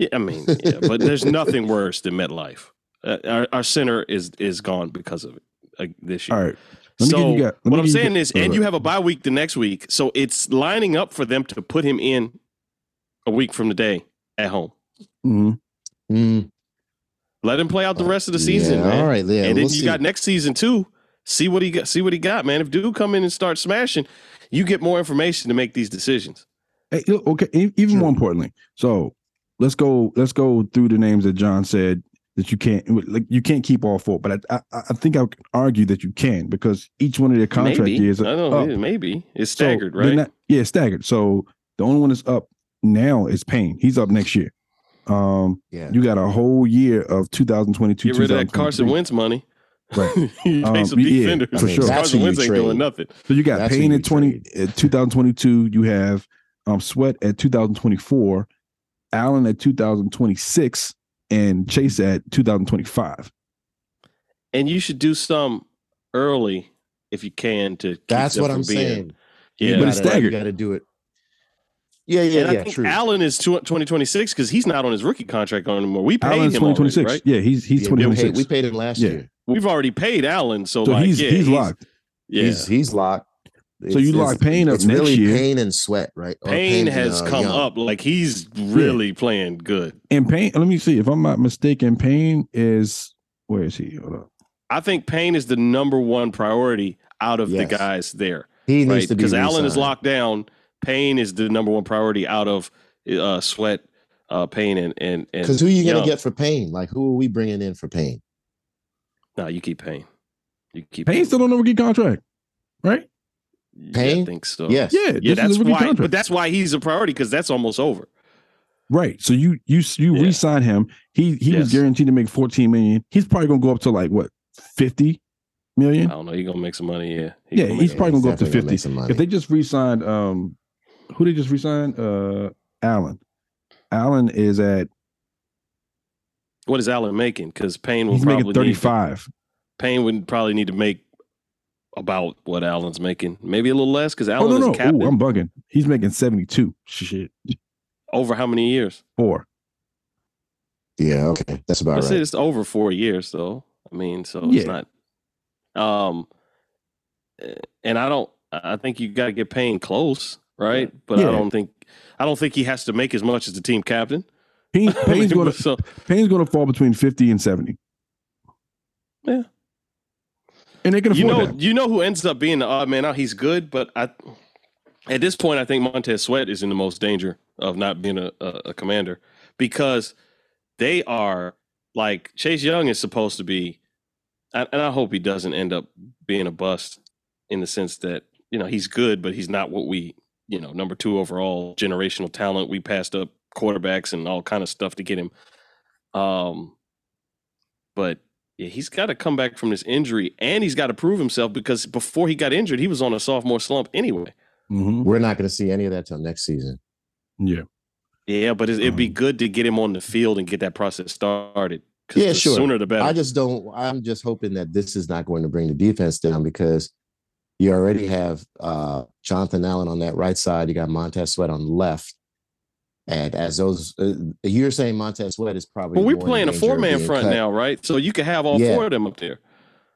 E: Yeah, I mean, yeah, but
D: [laughs]
E: there's nothing worse than MetLife. Uh, our, our center is is gone because of it uh, this year.
B: All right. Let me
E: so
B: give you guys- let me
E: what I'm
B: give you
E: saying
B: guys-
E: is, and you have a bye week the next week, so it's lining up for them to put him in a week from today at home.
B: Mhm.
D: Mm,
E: Let him play out the rest of the season,
D: yeah,
E: man.
D: All right, yeah.
E: and then
D: we'll
E: you
D: see.
E: got next season too. See what he got. See what he got, man. If dude come in and start smashing, you get more information to make these decisions.
B: Hey, look, okay. e- Even more importantly, so let's go. Let's go through the names that John said that you can't. Like you can't keep all four, but I I, I think I could argue that you can because each one of their contract
E: maybe.
B: years.
E: I
B: Are
E: don't
B: up.
E: know. Maybe it's
B: So
E: staggered,
B: they're
E: right?
B: not- yeah, staggered. So the only one that's up now is Payne. He's up next year. Um,
D: yeah.
B: you got a whole year of 2022.
E: get rid of that Carson
B: 2023.
E: Wentz money. [laughs]
B: Right.
E: you pay
B: Um,
E: some
B: yeah,
E: defenders.
B: for sure.
D: That's who
E: Carson
D: you
E: Wentz ain't
D: trade.
E: doing nothing.
B: So you got
D: That's
B: Payne
D: who
B: at
D: you
B: 20 at 2022. You have um, Sweat at 2024, Allen at 2026, and Chase at 2025.
E: And you should do some early if you can to. keep
D: That's
E: them
D: what
E: from
D: I'm
E: being-
D: saying.
E: Yeah,
B: But it's staggered.
D: You got to do it. Yeah, yeah,
E: and I
D: yeah.
E: think
D: True.
E: Allen is two- 2026 because he's not on his rookie contract anymore. We paid
B: Allen's
E: him already,
B: 2026.
E: right?
B: Yeah, he's he's
D: Yeah, we, paid,
B: 2026.
D: we paid him last
B: Yeah.
D: year.
E: We've already paid Allen, so,
B: so
E: like,
B: he's
E: yeah,
B: he's locked.
E: Yeah,
D: He's he's locked.
B: you lock Payne up
D: it's
B: next
D: really
B: year.
D: Pain and sweat, right? Or
E: Payne
D: Payne and,
E: has
D: uh,
E: come
D: Young.
E: up like he's really playing good.
B: And Payne, let me see if I'm not mistaken. Payne is where is he? Hold up.
E: I think Payne is the number one priority out of
D: Yes.
E: the guys there,
D: He needs
E: right?
D: to be
E: Because Allen is
D: re-signed.
E: locked down. Payne is the number one priority out of uh, Sweat, uh, Payne, and and and.
D: Because who you gonna
E: Young.
D: get for Payne? Like who are we bringing in for Payne?
E: No, you keep Payne. You keep
B: Payne's still on a rookie contract, right?
E: Yeah, I
D: Payne?
E: think so.
D: Yes.
B: Yeah,
E: yeah.
B: this is
E: That's
B: a rookie
E: why,
B: contract.
E: but that's why he's a priority because that's almost over.
B: Right. So you you you
E: Yeah.
B: re-sign him. He he was
E: Yes.
B: guaranteed to make 14 million. He's probably gonna go up to like what 50
E: I
B: million.
E: don't know. He's gonna make some money. Yeah. He
B: Yeah,
E: gonna
B: he's
E: make-
B: probably gonna go up to
D: definitely
B: 50.
D: make some money.
B: If they just re-signed um who they just re-signed? Uh Allen. Allen is at
E: what is Allen making? Because Payne will
B: he's
E: probably
B: making
E: need to-
B: 35.
E: Payne would probably need to make about what Allen's making, maybe a little less because
B: Oh
E: Allen
B: no,
E: is
B: no.
E: captain
B: Ooh, I'm bugging. He's making 72. Shit.
E: over how many years?
B: Four.
D: Yeah, okay. That's about
E: Let's
D: right.
E: say it's over four years, though. I mean, so it's
B: Yeah.
E: not. Um, eh, and I don't. I I think you got to get Payne close, right? But
B: Yeah.
E: I don't think. I don't think he has to make as much as the team captain. [laughs]
B: Payne, Payne's gonna
E: so
B: Payne's gonna fall between 50 and 70.
E: Yeah.
B: And they can afford
E: you know,
B: that.
E: you know who ends up being the odd man out. He's good, but I, at this point, I think Montez Sweat is in the most danger of not being a, a, a commander because they are like Chase Young is supposed to be, and and I hope he doesn't end up being a bust in the sense that you know he's good, but he's not what we you know number two overall generational talent. We passed up quarterbacks and all kind of stuff to get him. Um, but yeah, he's got to come back from this injury, and he's got to prove himself because before he got injured, he was on a sophomore slump anyway. Mm-hmm.
B: Mhm.
D: We're not gonna see any of that till next season.
B: Yeah.
E: Yeah, but it's, it'd be
B: Mhm.
E: good to get him on the field and get that process started. 'cause
D: Yeah,
E: the
D: sure.
E: Sooner the better.
D: I just don't. I'm just hoping that this is not going to bring the defense down because you already have uh, Jonathan Allen on that right side. You got Montez Sweat on the left, and as those uh, you're saying, Montez Sweat is probably.
E: but we're
D: more in
E: playing a
D: danger of
E: four man
D: being
E: front
D: cut.
E: now, right? So you can have all
D: Yeah.
E: four of them up there.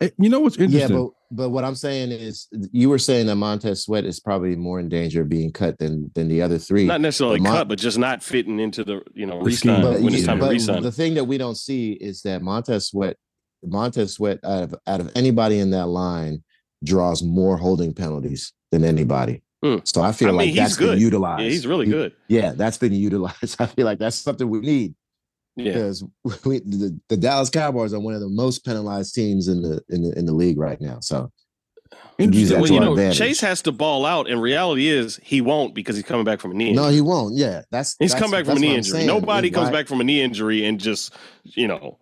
B: Eh, You know what's
D: Yeah,
B: interesting?
D: but but what I'm saying is, you were saying that Montez Sweat is probably more in danger of being cut than than the other three.
E: Not necessarily
D: But Mon-
E: cut, but just not fitting into the you know
B: The scheme.
E: resign
B: But
E: when it's
D: you-
E: time to
D: but
E: resign.
D: The thing that we don't see is that Montez Sweat, Montez Sweat, out of out of anybody in that line, draws more holding penalties than anybody.
E: Hmm.
D: So I feel
E: I mean,
D: like
E: he's
D: that's
E: good.
D: been
E: Yeah,
D: utilized.
E: yeah, he's really
D: You-
E: good.
D: Yeah, that's been utilized. [laughs] I feel like that's something we need
E: Yeah,
D: because [laughs] we, the, the Dallas Cowboys are one of the most penalized teams in the in the in the league right now. So use that
E: Well,
D: to
E: you
D: our
E: know,
D: advantage.
E: Chase has to ball out, and reality is he won't because he's coming back from a knee.
D: no,
E: injury.
D: he won't. Yeah, that's
E: he's
D: that's-
E: come back
D: that's
E: from a
D: what
E: knee
D: I'm
E: injury.
D: saying.
E: Nobody
D: Why-
E: comes back from a knee injury and just you know.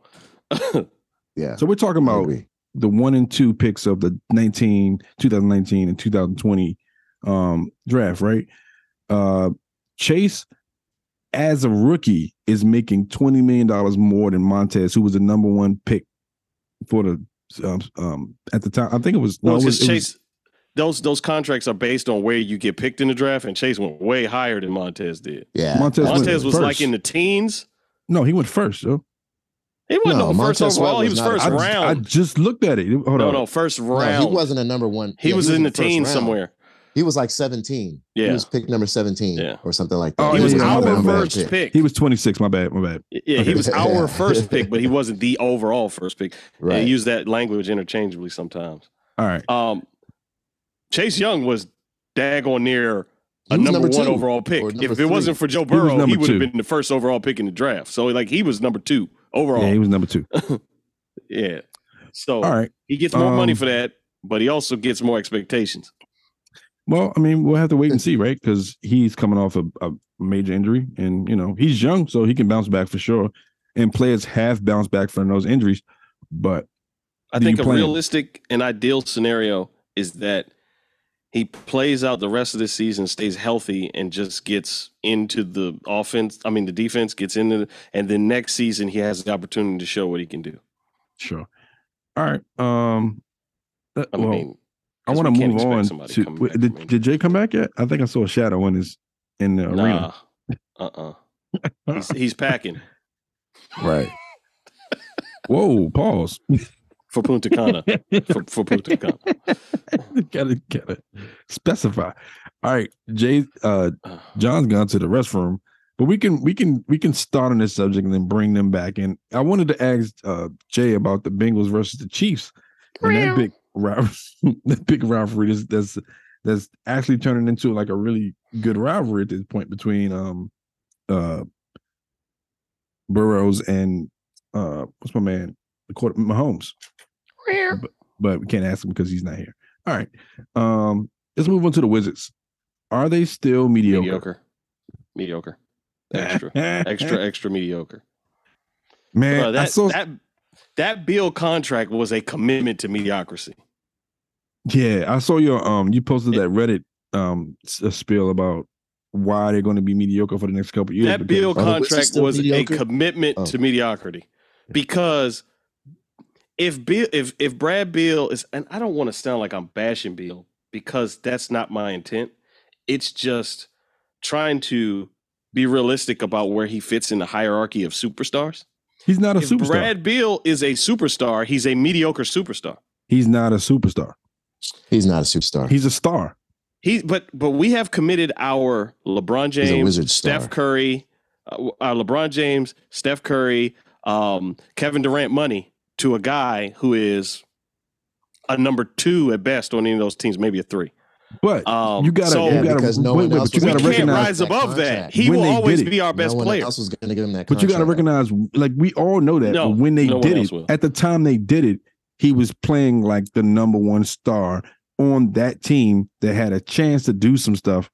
D: Yeah,
B: So we're talking
D: I
B: about
D: agree.
B: the one and two picks of the 19 2019 and 2020 um draft right uh chase as a rookie is making 20 million dollars more than montez who was the number one pick for the um, um at the time i think it was
E: No,
B: it
E: because
B: was, it was-
E: Chase, those those contracts are based on where you get picked in the draft, and Chase went way higher than Montez did.
D: Yeah,
B: Montez, went
E: Montez was
B: first.
E: like in the teens.
B: no he went first yo.
E: He wasn't
D: No,
E: on the first
D: Montez Sweat
E: overall. he
D: was
E: was
D: not-
E: first
B: I,
E: round.
B: I just looked at it hold
E: no,
B: on
E: no, first
D: No,
E: round.
D: he wasn't a number one.
E: He
D: yeah,
E: was, in the
D: first
E: teens
D: round.
E: somewhere.
D: He was like 17. He
E: Yeah.
D: was pick number 17
E: Yeah.
D: or something like that.
B: Oh,
E: he was
B: yeah, yeah, my bad,
E: our
B: my bad.
E: first pick.
B: he was 26 my bad my bad
E: Yeah,
D: [laughs]
E: he was
D: Yeah.
E: our first pick, but he wasn't the overall first pick.
D: Right.
E: They use that language interchangeably sometimes.
B: all right
E: Um, Chase Young was daggone near
D: He
E: a
D: was
E: number,
D: number
E: one
D: two
E: overall pick.
D: or number
E: If it
D: three.
E: wasn't for Joe
B: was
E: Burrow, he,
B: number
E: would have
B: two.
E: been the first overall pick in the draft. So like he was number two overall.
B: yeah
E: Yeah.
B: he was
E: [laughs]
B: number two
E: So
B: all right
E: he gets more money
B: Um,
E: for that, but he also gets more expectations.
B: Well, I mean, we'll have to wait and see, right? Because he's coming off a, a major injury, and you know he's young, so he can bounce back for sure. And players have bounced back from those injuries, but
E: I
B: do
E: think
B: you
E: a
B: plan?
E: realistic and ideal scenario is that he plays out the rest of the season, stays healthy, and just gets into the offense. I mean, the defense gets into, the, and then next season he has the opportunity to show what he can do.
B: sure. All right. Um, that-
E: I
B: well,
E: mean,
B: I
E: 'cause
B: want
E: we
B: to
E: can't
B: move
E: expect
B: on.
E: somebody
B: To,
E: coming
B: wait,
E: back
B: did,
E: from injury.
B: did Jay come back yet? I think I saw a shadow in his in the
E: nah,
B: arena.
E: uh, uh he's, he's packing
D: Right.
B: Whoa! Pause.
E: for Punta
B: [laughs]
E: Cana. for, for Punta Cana.
B: gotta gotta specify. All right, Jay. Uh,
E: Uh,
B: John's gone to the restroom, but we can we can we can start on this subject and then bring them back. And I wanted to ask uh, Jay about the Bengals versus the Chiefs and that big rivalry, [laughs] that big rivalry that's, that's that's actually turning into like a really good rivalry at this point between um uh Burrows and uh what's my man the quarter Mahomes. But, but we can't ask him because he's not here. All right, um, let's move on to the Wizards. Are they still mediocre?
E: mediocre. Mediocre. Extra.
B: [laughs]
E: extra, extra mediocre.
B: Man,
E: Uh,
B: I
E: that,
B: saw,
E: that, that Bill contract was a commitment to mediocrity.
B: yeah, I saw your um, you posted
E: It-
B: that Reddit um s- uh, spiel about why they're going to be mediocre for the next couple years.
E: that
B: because-
E: bill
D: Are the Wizards
E: contract
D: still
E: was
D: mediocre?
E: a commitment
D: Oh.
E: to mediocrity because if bill if if brad bill is and i don't want to sound like i'm bashing bill because that's not my intent it's just trying to be realistic about where he fits in the hierarchy of superstars
B: he's not a
E: if
B: superstar.
E: brad bill is a superstar he's a mediocre superstar
B: he's not a superstar.
D: He's not a superstar. He's,
B: He's a star.
E: he but but we have committed our lebron
D: a
E: james
D: wizard star.
E: Steph Curry, uh, uh, LeBron James, Steph Curry, um, Kevin Durant money to a guy who is a number two at best on any of those teams, maybe a three.
B: But
E: Um,
B: you gotta,
E: so-
D: Yeah,
B: you gotta,
D: because no
B: wait,
D: one
B: wait,
D: else
B: but you
D: was
B: gotta
E: we can't
B: recognize,
E: rise above that.
D: contract.
E: He
B: When
E: will
B: they
E: always
B: did it,
E: be our best
D: no one
E: player.
D: else was going to give him that
B: but you gotta
D: contract.
B: recognize, like we all know that.
E: No,
B: but when they
E: no one
B: did
E: else
B: it,
E: will.
B: at the time they did it, he was playing like the number one star on that team that had a chance to do some stuff.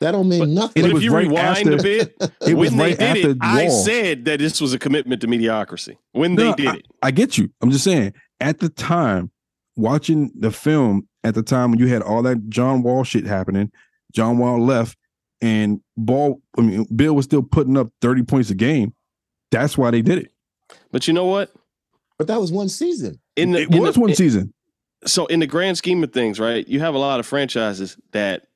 D: That don't mean nothing.
B: It
E: But if
B: was
E: you
B: right
E: rewind
B: after-
E: a bit,
B: It was
E: when
B: right
E: they did
B: after
E: it, I
B: Wall.
E: said that this was a commitment to mediocrity. When
B: No,
E: they did it,
B: I get you. I'm just saying, at the time, watching the film at the time when you had all that John Wall shit happening, John Wall left, and ball. I mean, Bill was still putting up 30 points a game. That's why they did it.
E: but you know what?
D: but that was one season.
E: In
B: it was one season.
E: so in the grand scheme of things, right? You have a lot of franchises that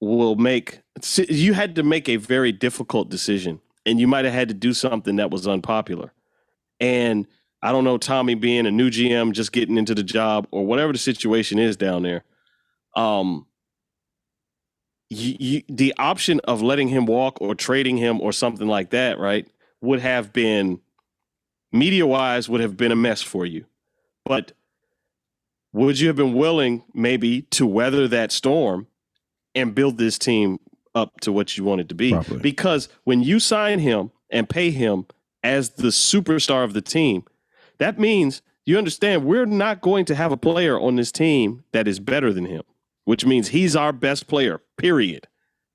E: will make si- you had to make a very difficult decision and you might have had to do something that was unpopular. And I don't know Tommy being a new GM just getting into the job or whatever the situation is down there. Um you, you, the option of letting him walk or trading him or something like that, right, would have been media wise would have been a mess for you. But would you have been willing maybe to weather that storm and build this team up to what you want it to be?
B: Properly.
E: Because when you sign him and pay him as the superstar of the team, that means You understand, we're not going to have a player on this team that is better than him, which means he's our best player, period.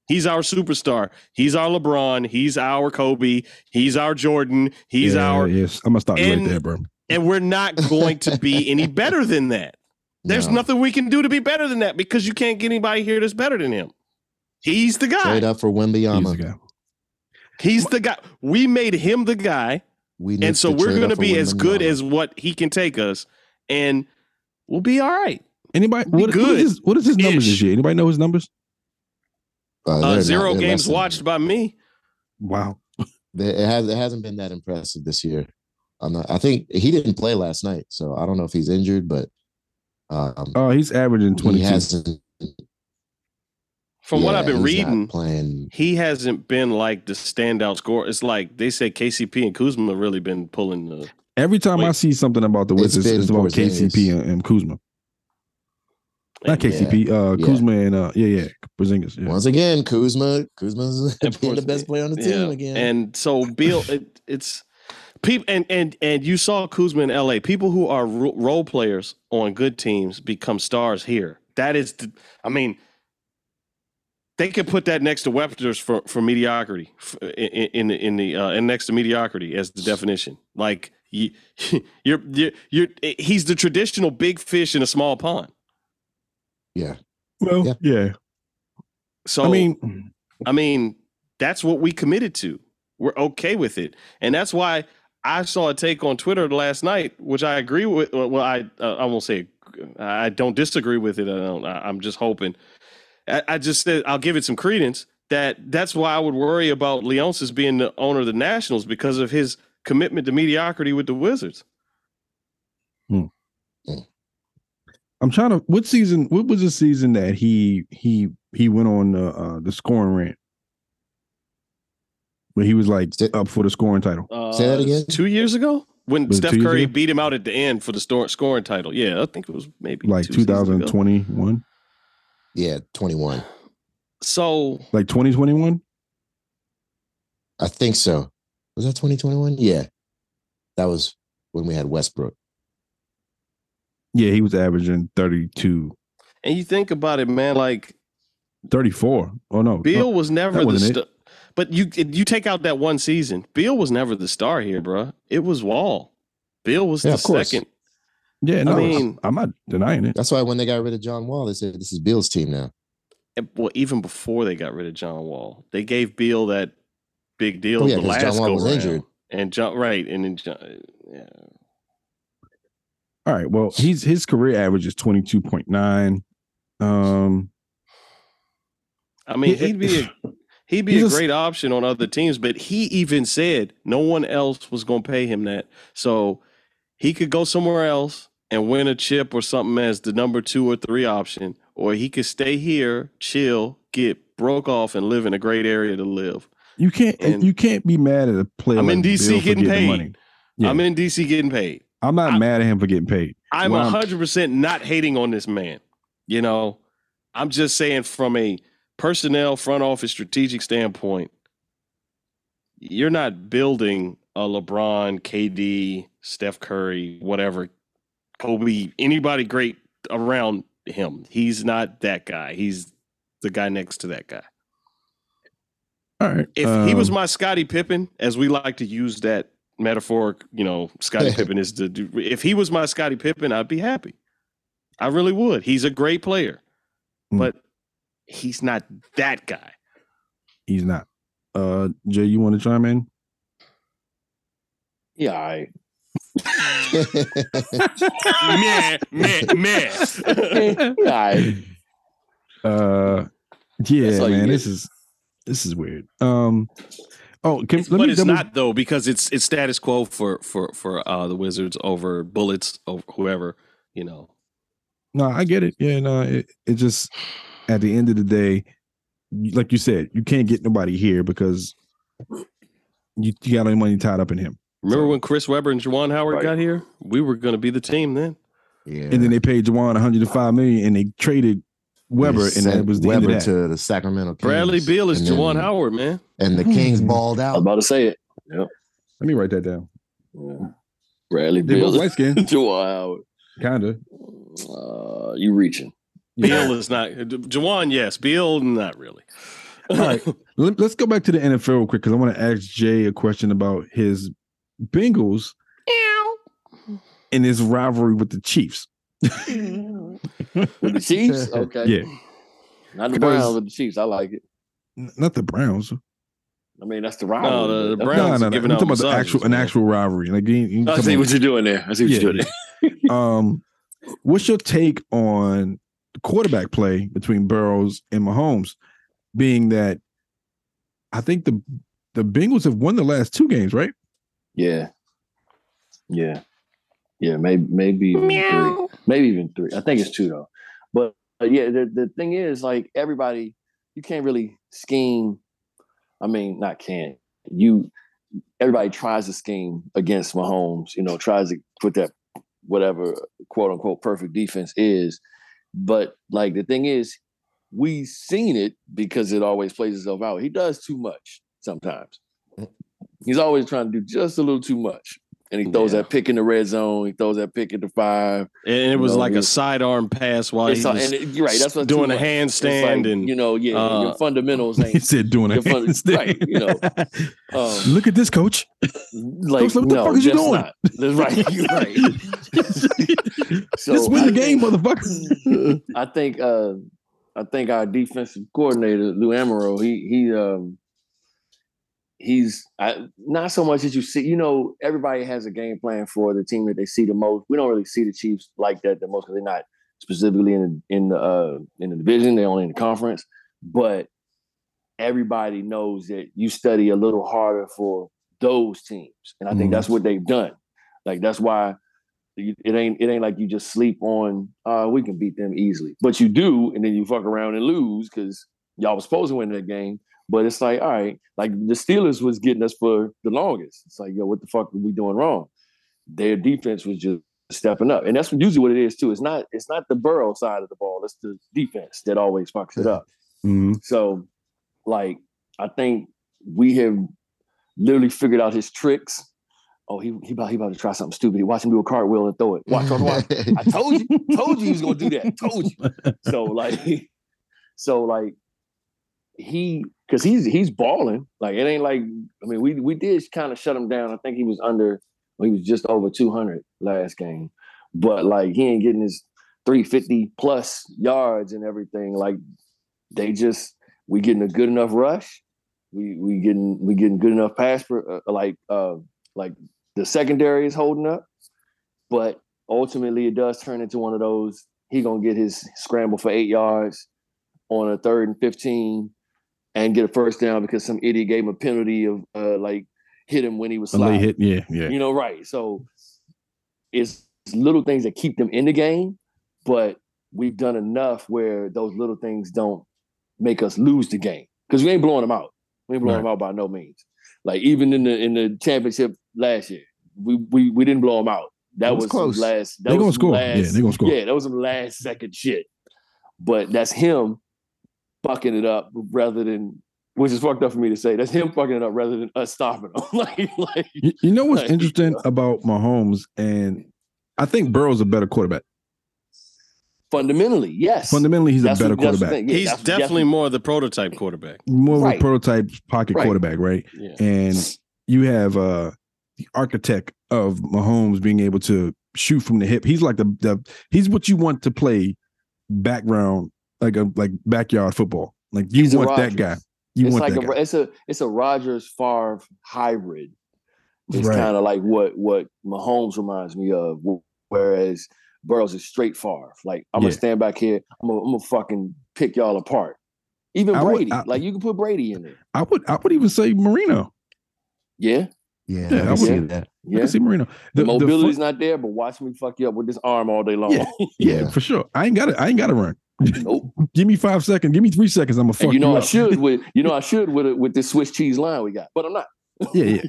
E: He's our superstar. He's our LeBron. He's our Kobe. He's our Jordan. He's
B: Yeah,
E: our.
B: Yes, I'm gonna stop you right
E: And-
B: there, bro.
E: And we're not [laughs] going to be any better than
D: [laughs]
E: that. There's
D: No.
E: nothing we can do to be better than that because you can't get anybody here that's better than him. He's the guy.
D: Trade up for
B: He's the
D: Wimbyama.
B: guy.
E: He's the guy. We made him the guy.
D: We need
E: And so
D: to
E: we're
D: trade
E: going to
D: up for
E: be as good
D: Wembanyama.
E: as what he can take us. And we'll be all right.
B: Anybody?
E: Be
B: What, what
E: good.
B: is his, what is his numbers
E: Ish.
B: this year? Anybody know his numbers?
D: Uh, they're
E: Uh,
D: not-
E: zero
D: they're less
E: games
D: than-
E: watched by me.
B: Wow.
D: They- It has it hasn't been that impressive this year. I'm not, I think he didn't play last night, so I don't know if he's injured, but um,
B: Oh, he's averaging
D: he
B: 22.
D: hasn't.
E: From what
D: yeah,
E: I've been
D: he's not
E: reading,
D: playing.
E: he hasn't been like the standout scorer. It's like they say KCP and Kuzma have really been pulling the.
B: Every time I
E: Wait.
B: see something about the
D: It's
B: Wizards, it's,
D: been
B: about
D: Porzingis.
B: KCP and, and Kuzma. Not
D: Yeah.
B: KCP, uh,
D: Yeah.
B: Kuzma and uh, yeah, yeah, Porzingis. Yeah.
D: Once again, Kuzma,
E: [laughs]
D: Kuzma's
E: Of
D: being the
E: course,
D: best player on the
E: yeah.
D: team again.
E: And so Bill, it, it's people, and and and you saw Kuzma in L.A. People who are ro- role players on good teams become stars here. That is, the, I mean, they could put that next to weapons for for mediocrity f- in in the- in the uh, and next to mediocrity as the definition. Like you, [laughs] you're you're you're he's the traditional big fish in a small pond.
D: yeah,
B: Well,
D: Yeah.
B: yeah.
E: So
B: I mean,
E: I mean, that's what we committed to. We're okay with it, and that's why I saw a take on Twitter last night, which I agree with. Well, I uh, I won't say I don't disagree with it. I don't, I, I'm just hoping. I, I just said I'll give it some credence that that's why I would worry about Leonsis being the owner of the Nationals because of his commitment to mediocrity with the Wizards.
B: Hmm. I'm trying to. What season? What was the season that he he he went on the uh, the scoring rant? When he was like
D: Sti-
B: up for the scoring title.
E: Uh,
D: Say that again?
E: Two years ago, when
B: Was it
E: Steph
B: two years
E: Curry
B: ago?
E: beat him out at the end for the store, scoring title. Yeah, I think it was maybe
B: like
E: two seasons ago.
B: 2021
D: yeah, twenty one.
E: So
B: like 2021
D: I think so. Was that twenty twenty one? Yeah, that was when we had Westbrook.
B: yeah he was averaging 32
E: And you think about it, man. Like
B: 34 oh no
E: Bill was never
B: that
E: the
B: wasn't it.
E: star, but you you take out that one season, Bill was never the star here, bruh. It was Wall. Bill was
D: Yeah,
E: the
D: of course.
E: second.
B: yeah no I
E: mean-
B: am not denying it
D: That's why when they got rid of John Wall, they said this is Bill's team now.
E: And, well, even before they got rid of John Wall, they gave Bill that big deal.
D: Oh, yeah,
E: the
D: 'cause John
E: last
D: Wall was
E: go-round.
D: injured.
E: and John right, and then John, yeah.
B: all right well he's his career average is 22.9 um
E: I mean,
B: Yeah,
E: he'd be a,
B: [laughs]
E: he'd be
B: he's
E: a
B: a s-
E: great option on other teams, but he even said no one else was going to pay him that, so he could go somewhere else and win a chip or something as the number two or three option, or he could stay here, chill, get broke off, and live in a great area to live.
B: you can't
E: And-
B: you can't be mad at a player
E: I'm in
B: like
E: DC
B: Bill for
E: getting
B: the
E: paid.
B: money. Yeah.
E: I'm in DC getting paid.
B: i'm not
E: I-
B: mad at him for getting paid
E: I'm
B: Well, I'm-
E: hundred percent not hating on this man. You know, I'm just saying from a personnel front office strategic standpoint, you're not building a LeBron, KD, Steph Curry, whatever, Kobe, anybody great around him. He's not that guy. He's the guy next to that guy.
B: all right
E: If he was
B: um,
E: my Scottie Pippen, as we like to use that metaphoric, you know,
B: [laughs]
E: Scottie Pippen is the. dude- If he was my Scottie Pippen, I'd be happy. I really would. He's a great player,
B: Hmm.
E: but he's not that guy.
B: he's not uh jay you want to chime in
C: Yeah, all right.
E: meh, meh,
B: [laughs]
E: meh.
C: yeah, all right.
B: uh yeah
C: all you
B: man
C: get.
B: this is this is weird um oh can, let
E: but
B: me
E: it's
B: double
E: not though because it's it's status quo for for for uh, the Wizards over bullets over whoever you know.
B: No, I get it. Yeah, no, it, it just at the end of the day, you- like you said, you can't get nobody here because you, you got all your money tied up in him.
E: Remember when Chris Webber and Juwan Howard
C: Right.
E: got here? We were going to be the team then.
D: [laughs] yeah,
B: And then they paid Jawan 105 million and they traded Weber, and that
D: sent
B: was the
D: Weber
B: end of that.
D: to the Sacramento. Kings,
E: Bradley Beal is
D: and then-
E: Juwan Howard, man.
D: and the Kings balled
C: I was
D: out.
C: about to say it.
B: Let me write that down.
C: Yeah. Bradley
B: They both
C: Beal,
B: light
C: [laughs]
B: skinned,
C: Dwight Howard.
B: kinda.
C: Uh, you reaching?
E: Beal is not Jawan. Yes, Beal not really.
B: All right. Let, us go back to the NFL real quick because I want to ask Jay a question about his Bengals and his rivalry with the Chiefs.
C: With [laughs] the Chiefs? Okay.
B: Yeah,
C: Not
B: Because-
C: the Browns, but the Chiefs. I like it.
B: N- not the Browns.
C: I mean, that's the
E: No,
C: rival.
E: the, the
B: No,
E: Browns
B: no,
E: are
B: no. I'm
E: giving
B: talking
E: out
B: about the
E: massages,
B: actual an
E: man.
B: actual rivalry. Like, you ain't- you ain't
C: I
B: talking
C: see
B: about-
C: what you're doing there. I see what
B: Yeah,
C: you're
B: [laughs]
C: doing
B: Um, what's your take on the quarterback play between Burrows and Mahomes? Being that I think the the Bengals have won the last two games, right? [laughs]
C: there. Yeah. Yeah. Yeah. Maybe maybe even three. Maybe even three. I think it's two though. But, but yeah, the, the thing is, like everybody, you can't really scheme. I mean, not can you? Everybody tries to scheme against Mahomes. You know, tries to put that whatever quote unquote perfect defense is. But like the thing is, we seen it because it always plays itself out. He does too much sometimes. He's always trying to do just a little too much. And he throws
E: Yeah.
C: that pick in the red zone. He throws that pick at the five.
E: and it was
C: No,
E: like a
C: it's-
E: sidearm pass while
C: It's
E: he
C: all-
E: was
C: and it- you're right. That's what's
E: doing
C: too
E: a
C: much. It's like,
E: handstand and
C: you know, yeah, your
E: uh,
C: fundamentals
B: He
E: [laughs]
C: ain't
B: said doing a
C: You're funny.
B: handstand.
C: Right, you know.
B: [laughs]
C: [laughs] um,
B: Look at this, coach.
C: like
B: Coach, what the
C: no,
B: fuck is you
C: that's
B: doing?
C: not. That's [laughs]
B: [laughs]
C: right. [laughs]
E: [laughs]
C: You're right. So
B: Just win
C: I
B: the game,
C: think-
B: [laughs] motherfucker.
C: I think uh I think our defensive coordinator Lou Amaro, he he um he's I, not so much that you see. You know, everybody has a game plan for the team that they see the most. We don't really see the Chiefs like that the most because they're not specifically in the in the uh, in the division. They're only in the conference, but everybody knows that you study a little harder for those teams, and I think
B: Mhm.
C: that's what they've done. Like that's why you- it ain't it ain't like you just sleep on uh we can beat them easily but you do and then you fuck around and lose because y'all was supposed to win that game but it's like all right like the steelers was getting us for the longest it's like yo what the fuck are we doing wrong their defense was just stepping up and that's usually what it is too it's not it's not the burrow side of the ball it's the defense that always fucks it up
B: [laughs] Mhm.
C: so, like, I think we have literally figured out his tricks. Oh, he he about, he about to try something stupid. Watch him do a cartwheel and throw it. [laughs] Watch, watch,
D: [laughs]
C: watch. I told you, told you he was gonna do that. Told you. So like, [laughs] so like, he because he's he's balling. Like it ain't like I mean we we did kind of shut him down. I think he was under well, he was just over two hundred last game, but like he ain't getting his three fifty plus yards and everything. Like they just we getting a good enough rush. We we getting we getting good enough pass for uh, like uh like the secondary is holding up, but ultimately it does turn into one of those he gonna get his scramble for eight yards on a third and fifteen and get a first down because some idiot gave him a penalty of uh like hit him when he was
B: A late
C: sliding.
B: hit. Yeah, yeah.
C: You know, right. So it's little things that keep them in the game, but we've done enough where those little things don't make us lose the game. Because we ain't blowing them out. We ain't blowing them out by no means. Like even in the in the championship last year, we we, we didn't blow them out. That
D: It
C: was,
D: was close.
C: Some last that
B: They're
C: was
B: gonna
C: some
B: score.
C: last-
B: yeah, they're gonna score.
C: yeah, that was some last second shit. But that's him fucking it up rather than which is fucked up for me to say. That's him fucking it up rather than us stopping him. [laughs] like like
B: You, you know what's
C: Like,
B: interesting
C: uh,
B: about Mahomes and I think Burrow's a better quarterback.
C: fundamentally, yes.
B: Fundamentally, he's
C: That's
B: a better
C: what- that's the
B: quarterback.
C: thing. Yeah,
E: he's
C: that's-
E: definitely more the prototype quarterback.
B: More of a
C: Right.
B: prototype pocket
C: Right.
B: quarterback, right?
E: Yeah.
B: And you have uh the architect of Mahomes being able to shoot from the hip. He's like the, the he's what you want to play background like a like backyard football. Like you
C: He's a
B: want that
C: Rodgers.
B: guy. You
C: it's
B: want
C: like
B: that
C: a
B: guy.
C: it's a it's a Rogers Favre hybrid. It's
B: Right.
C: kind of like what what Mahomes reminds me of, wh- whereas Burrows is straight Favre. Like I'm
B: Yeah.
C: gonna stand back here, I'm gonna, I'm gonna fucking pick y'all apart. Even
B: I would-
C: Brady,
B: I-
C: like you can put Brady in there.
B: I would I would even say Marino.
C: Yeah,
B: Yeah,
D: Yeah, I
B: I
D: can see
C: would-
D: that.
B: I
C: yeah.
B: can see Marino.
C: The,
B: fu-
C: mobility's not there, but watch me fuck you up with this arm all day long. [laughs]
B: Yeah. yeah,
D: Yeah.
B: for sure. I ain't got to I ain't got to run.
C: Nope.
B: [laughs] Give me five seconds. Give me three seconds. I'm gonna fuck
C: and you know I
B: up.
C: should with you know I should with it with this Swiss cheese line we got, but I'm not.
B: [laughs] Yeah, yeah.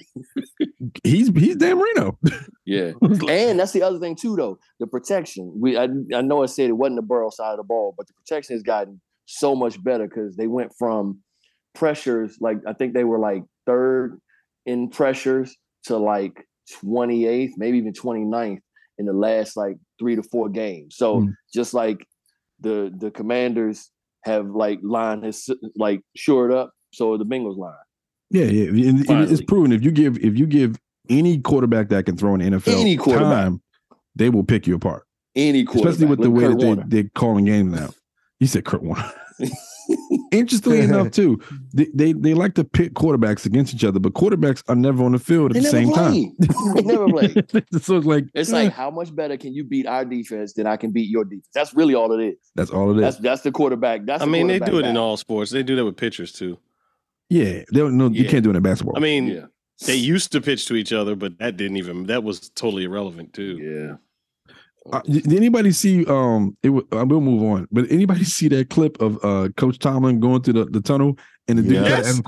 B: he's he's Dan Marino. [laughs]
C: Yeah. And that's the other thing too, though. The protection. We I, I know I said it wasn't the Burrow side of the ball, but the protection has gotten so much better because they went from pressures like I think they were like third in pressures to like 28th, maybe even 29th in the last like three to four games. So
B: Hmm.
C: just like the the commanders have like line has like shored up, so the Bengals line.
B: Yeah, yeah. and- and it's
E: Finally.
B: proven if you give if you give any quarterback that can throw in the NFL
C: Any quarterback.
B: time, they will pick you apart.
C: Any quarterback,
B: Especially with the
C: Look,
B: way
C: Kurt
B: that [laughs]
C: Warner.
B: they, they're calling games now. You said Kurt Warner. [laughs] Interestingly
C: [laughs]
B: enough, too, they, they they like to pit quarterbacks against each other, but quarterbacks are never on the field at
C: They
B: the
C: never
B: same
C: play.
B: time.
C: They never
B: [laughs]
C: play.
B: so it's like eh,
C: It's like how much better can you beat our defense than I can beat your defense? That's really all it is.
B: that's all it is.
C: That's that's the quarterback. That's
E: I
C: the
E: mean, they
C: quarterback
E: do it in
C: battle.
E: all sports. They do that with pitchers too.
B: Yeah, they don't know. You
E: Yeah.
B: can't do it in basketball.
E: I mean,
C: Yeah,
E: they used to pitch to each other, but that didn't even that was totally irrelevant too.
C: yeah.
B: Uh, did anybody see? Um, it. wa- I will move on. But anybody [laughs] see that clip of uh Coach Tomlin going through the, the tunnel and the dude
D: Yes.
B: tried to ask him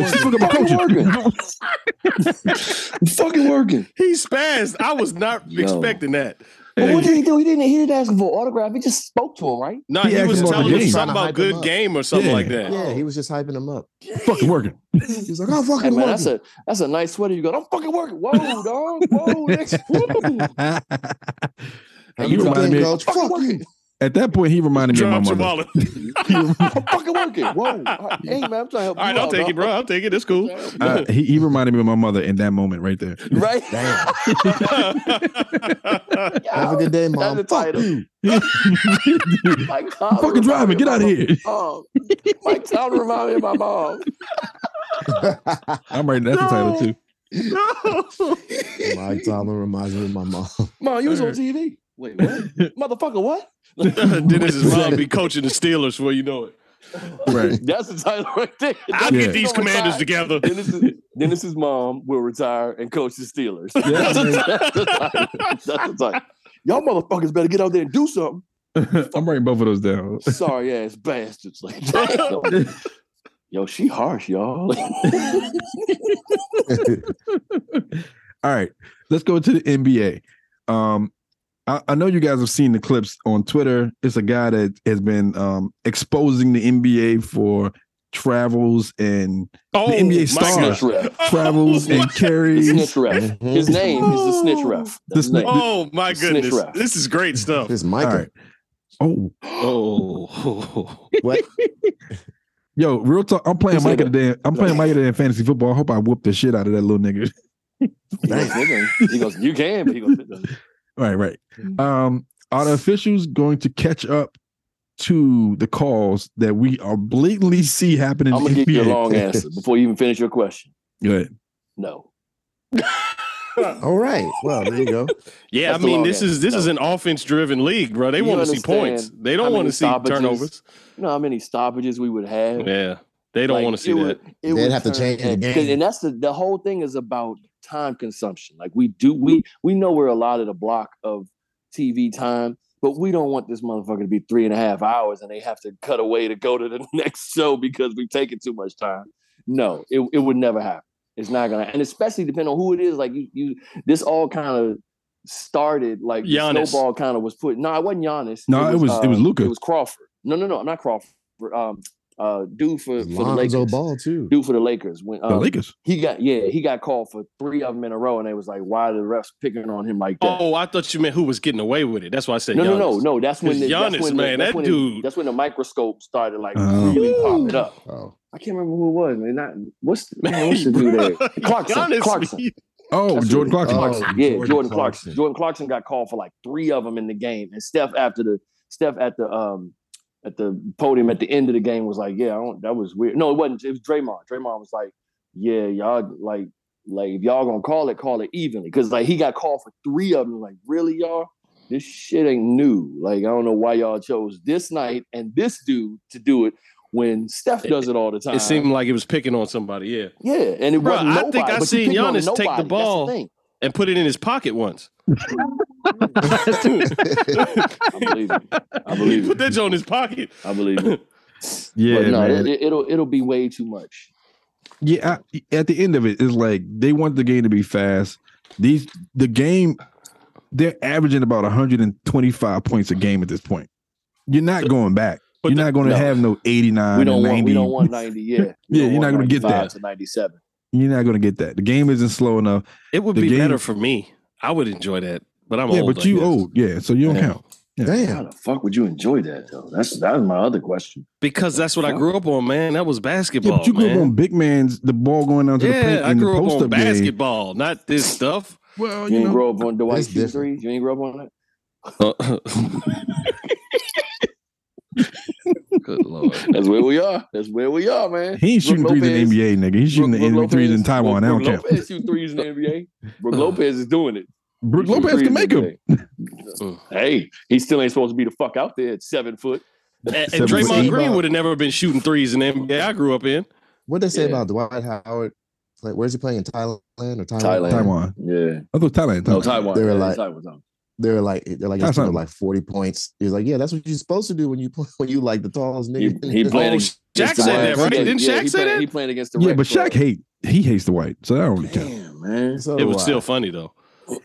B: a question?
D: I'm fucking
B: He's like,
D: working.
B: "Fuck, I'm
C: Fucking
B: coaching."
C: I'm fucking working.
E: He spazzed. I was not
C: [laughs] Yo.
E: expecting that.
C: But what did he do? He didn't. He didn't ask him for an autograph. He just spoke to him, right?
E: No,
B: He
E: he,
B: asked
E: was
B: him about the
E: telling
B: game.
E: us
D: Trying to
E: something about
D: hype him
E: good
D: up.
E: game or something
B: Yeah.
E: like that.
D: Yeah, he was just hyping him
B: [laughs]
D: up.
B: fucking working.
D: He was like, "Oh, "I'm fucking
C: Hey man, that's
D: working."
C: a that's a nice sweater. You go. I'm fucking working. Whoa, dog. Whoa,
E: [laughs]
C: nigga. Woo.
D: How
B: you
D: you
B: remind me-
D: doing, coach? Fuck you.
B: At that point, he reminded me of my
E: Drop your
B: mother.
E: wallet.
C: I'm fucking working. Whoa. Hey man, I'm trying to help.
E: All right, I'll
C: you out,
E: take
C: dog.
E: it, bro. I'll take it. It's cool.
B: Uh, he, he reminded me of my mother in that moment right
D: [laughs]
B: there. [laughs]
C: [laughs] Right.
D: Damn.
C: Yo,
D: Have a good day,
C: that's the
D: mom. Fuck
C: title.
D: you.
C: Mike
B: I'm
C: Tyler
B: fucking driving.
C: reminded
B: Get out of
C: me
B: here.
C: my mom. Oh. Mike Tyler reminded me of my mom.
B: I'm right. That's the title too.
D: Mike Tomlin reminds me of my mom.
C: Mom, you was on TV. Wait, what? [laughs] Motherfucker, [laughs] what?
E: Dennis's mom be coaching the Steelers before you know it.
B: Right.
C: That's the title right there.
E: I'll
B: Yeah.
E: get these commanders together.
C: Dennis's, Dennis's mom will retire and coach the Steelers.
B: Yeah,
C: that's, the title. That's the title. Y'all motherfuckers better get out there and do something.
B: [laughs] I'm writing both of those down. [laughs]
C: Sorry ass bastards. [laughs] Like, damn. Yo, she harsh, [laughs] y'all.
B: All right, let's go to the NBA. Um, I, I know you guys have seen the clips on Twitter. It's a guy that has been um, exposing the NBA for travels and
E: Oh,
B: NBA
E: my
B: stars.
E: God.
C: snitch
E: [laughs]
C: ref.
E: Oh,
B: travels and
C: The
B: carries.
C: snitch ref. His name is the snitch ref. That's his
B: The sni-
C: name.
E: Oh my
C: Snitch
E: goodness.
C: rap.
E: This is great [laughs] stuff.
D: [laughs] It's
B: All
D: Micah.
B: right. Oh,
E: Oh.
D: What?
B: yo, real talk. I'm playing
C: Who said
B: Micah
C: that?
B: today. I'm playing Micah today in fantasy football. I hope I whoop the shit out of that little nigga.
C: He goes, "Nigga," he goes, you can, but he goes,
B: Right, right. Um, are the officials going to catch up to the calls that we are blatantly see happening?
C: I'm
B: in the
C: gonna give
E: [laughs]
C: you a
B: NBA? [laughs]
C: long answer before you even finish your question.
B: Go ahead.
C: No.
D: [laughs] All right. Well, there you go.
E: Yeah,
C: That's
E: I
C: the
E: mean
C: long
E: this
C: end,
E: is this
C: so.
E: is an offense driven league, bro. They
C: You
E: want to see
C: understand
E: points. They
C: how
E: don't want
C: many
E: to see
C: stoppages-
E: turnovers.
C: You know how many stoppages we would have?
E: Yeah. They don't
C: Like,
E: want to see
C: it
E: that.
C: would- it
D: They'd
C: would
D: have to
C: turn-
D: change the
C: and- 'cause-
D: game.
C: And that's the the whole thing is about time consumption. Like we do, we we know we're allotted a block of TV time, but we don't want this motherfucker to be three and a half hours, and they have to cut away to go to the [laughs] next show because we've taken too much time. No, it it would never happen. It's not gonna, and especially depending on who it is. Like you, you this all kind of started like the
E: Giannis.
C: snowball kind of was put. No, it wasn't Giannis.
B: No, it was- it was
C: um,
B: Luka.
C: It was Crawford. No, no, no, not Crawford. Um, uh, dude for, for the
D: Lonzo
C: Lakers
D: Ball too.
C: do for the Lakers. When
B: The
C: um,
B: Lakers.
C: he got yeah, he got called for three of them in a row, and they was like, "Why are the refs picking on him like that?"
E: Oh, I thought you meant who was getting away with it. That's why I said
C: no, no,
E: Giannis.
C: no, no. That's when the,
E: It's
C: that's
E: Giannis,
C: when
E: man,
C: the, that's
E: that
C: when The,
E: dude.
C: that's when the microscope started like
B: Oh.
C: really popping up.
D: Oh,
C: I can't remember who it was. Man, not
E: [laughs]
C: what's man, what's the dude there? Clarkson.
E: Giannis,
C: Clarkson.
E: he-
B: Oh,
C: That's
B: Jordan
C: who it
B: Clarkson.
C: is.
D: Oh,
C: yeah, Jordan,
D: Jordan
C: Clarkson.
D: Clarkson.
C: Jordan Clarkson got called for like three of them in the game, and Steph after the Steph at the um at the podium at the end of the game was like, "Yeah, I don't, that was weird." No, it wasn't. It was Draymond. Draymond was like, "Yeah, y'all like like if y'all gonna call it, call it evenly," because like he got called for three of them. Like, really, y'all? This shit ain't new. Like, I don't know why y'all chose this night and this dude to do it when Steph does it all the time.
E: It seemed like it was picking on somebody, yeah.
C: yeah, and it
E: Bruh,
C: wasn't
E: I
C: nobody.
E: think I
C: but you
E: seen
C: picking on
E: Giannis take the
C: nobody. That's
E: ball.
C: thing.
E: And put it in his pocket once.
C: I believe it.
E: [laughs]
C: I believe
E: He put
C: it.
E: that joint in his pocket.
C: I believe it.
B: Yeah,
C: but no,
B: man.
C: It, it'll it'll be way too much.
B: yeah. I, at the end of it, it's like they want the game to be fast. These the game, they're averaging about 125 points a game at this point. You're not going back.
E: But
B: you're
E: the-
B: not going to
C: no.
B: have no 89.
C: we don't
B: 90. [laughs]
C: want we don't want ninety. Yeah,
B: Yeah,
C: We don't
B: you're
C: want
B: not gonna get
C: 95
B: that.
C: to ninety seven.
B: You're not going to get that. The game isn't slow enough.
E: It would
B: The
E: be
B: game-
E: better for me. I would enjoy that, but I'm
B: yeah,
E: old.
B: but
E: I
B: you
E: guess.
B: old. Yeah, so you don't
E: Yeah.
B: count.
C: How
D: Damn.
C: the fuck would you enjoy that though? That's that was my other question.
E: because that's what I grew up on, man. That was basketball.
B: Yeah, but you grew
E: man.
B: up on big man's the ball going down to the
E: yeah,
B: paint
E: I
B: in the
E: grew up
B: post
E: on
B: up game.
E: basketball, not this stuff.
B: Well,
C: You
B: you
C: ain't
B: know,
C: grow up on Dwight
D: That's
C: Q three.
D: different.
C: You ain't grow up on that.
E: [laughs] Good lord.
C: That's where we are. That's where we are, man.
B: he ain't shooting
C: Brook
B: threes in
C: Lopez-
B: the NBA, nigga. He's shooting
C: Brook-
B: the NBA
C: Brook
B: threes in
C: Lopez-
B: Taiwan. That
C: Brook
B: don't count.
C: Lopez shoot threes in the NBA.
E: [laughs]
C: Brook Lopez is doing it.
B: Brook
C: He shoot
B: Lopez
C: threes
B: can
C: in
B: make
C: the
B: them.
C: NBA. hey, he still ain't supposed to be the fuck out there at seven foot.
E: And, and
B: Seven foot
E: Draymond
B: eight.
E: Green would have never been shooting threes in the NBA I grew up in.
D: What they say
C: Yeah.
D: about Dwight Howard? Like, where's he playing? In Thailand or
C: Thailand.
D: Taiwan?
B: Taiwan.
C: Yeah.
B: I thought Thailand.
C: No,
B: Thailand.
C: Taiwan.
D: They were
C: Yeah,
D: like-
C: Taiwan's on.
D: They're like, they're like, he's
B: That's
D: putting up
B: not-
D: like forty points. He's like, yeah, that's what you're supposed to do when you play, [laughs] when you like the tallest
C: He,
D: nigga.
C: he played
E: Oh,
C: against
E: Shaq
C: the
E: said
C: White
E: that, right?
C: Sox.
E: Didn't
C: Yeah,
E: Shaq
C: he
E: say
C: played,
E: that?
C: He played against the
B: Yeah,
C: Red
B: but Shaq
C: Sox.
B: hate he hates the white, so that don't really count.
C: Damn, man.
D: So
E: It was
D: why?
E: still funny though.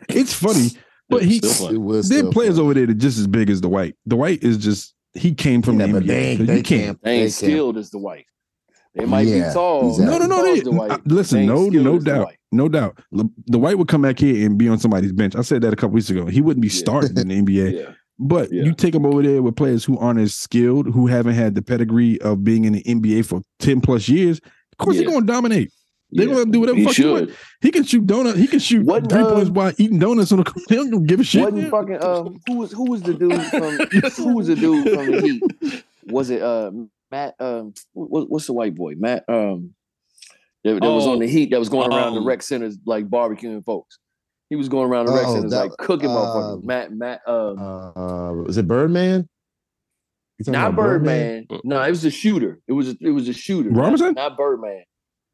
B: It's funny, but
E: It was
B: he
E: still fun.
D: It was
B: there
D: still
B: are players
D: funny.
B: over there that just as big as the white. The white is just he came from
D: Yeah,
B: the
D: but
B: NBA.
D: they ain't-
B: so
D: they
B: you can't.
D: can't-
C: They ain't
D: They can't.
C: skilled as the white. They might
D: Yeah,
C: be tall.
D: exactly.
B: No, no, no.
C: tall
B: They,
C: as the white.
B: I- listen,
C: They ain't
B: no,
C: skilled
B: no
C: as the
B: doubt,
C: white.
B: no doubt. Le- The white would come back here and be on somebody's bench. I said that a couple weeks ago. He wouldn't be
C: Yeah.
B: starting in the NBA.
C: [laughs] Yeah.
B: But
C: Yeah.
B: you take them over there with players who aren't as skilled, who haven't had the pedigree of being in the NBA for 10 plus years. Of course,
C: Yeah.
B: they're going to dominate. They
C: yeah.
B: gonna do whatever
C: He
B: fuck he
C: should.
B: He can shoot donut. He can shoot
C: What,
B: three
C: uh,
B: points while eating donuts on the court. [laughs] They don't give a shit.
C: Wasn't fucking um who was who was the dude from [laughs] who was the dude from the Heat?
B: [laughs]
C: Was it uh Matt um what, what's the white boy Matt um that, that was on the
E: Oh,
C: Heat that was going around the
E: um,
C: rec centers like barbecuing folks. He was going around the rec
D: Oh,
C: centers
D: that-
C: like cooking motherfuckers.
D: um,
C: Matt Matt um
D: Uh, was it Birdman? You talking
C: not
D: about
C: Birdman.
E: Mm.
C: No, it was a shooter. It was a, it was a shooter. Not-
B: Robinson?
C: Not, Birdman.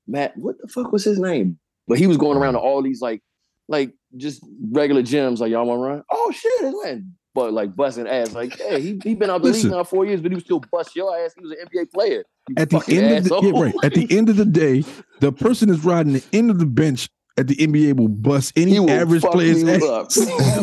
C: Matt, what the fuck was his name? But he was going around to all these like like just regular gyms. Like y'all want to run? Oh shit, it's like but like busting ass. Like yeah, he he been out the
B: Listen.
C: league now four years, but he was still bust your ass. He was an NBA player. You
B: at the
C: fucking
B: end of the,
C: asshole.
B: yeah, right. At
C: [laughs]
B: the end of the day, the person that's riding the end of the bench at the NBA will bust any
C: He will
B: average
C: fuck
B: player's
C: you
B: ass.
C: up.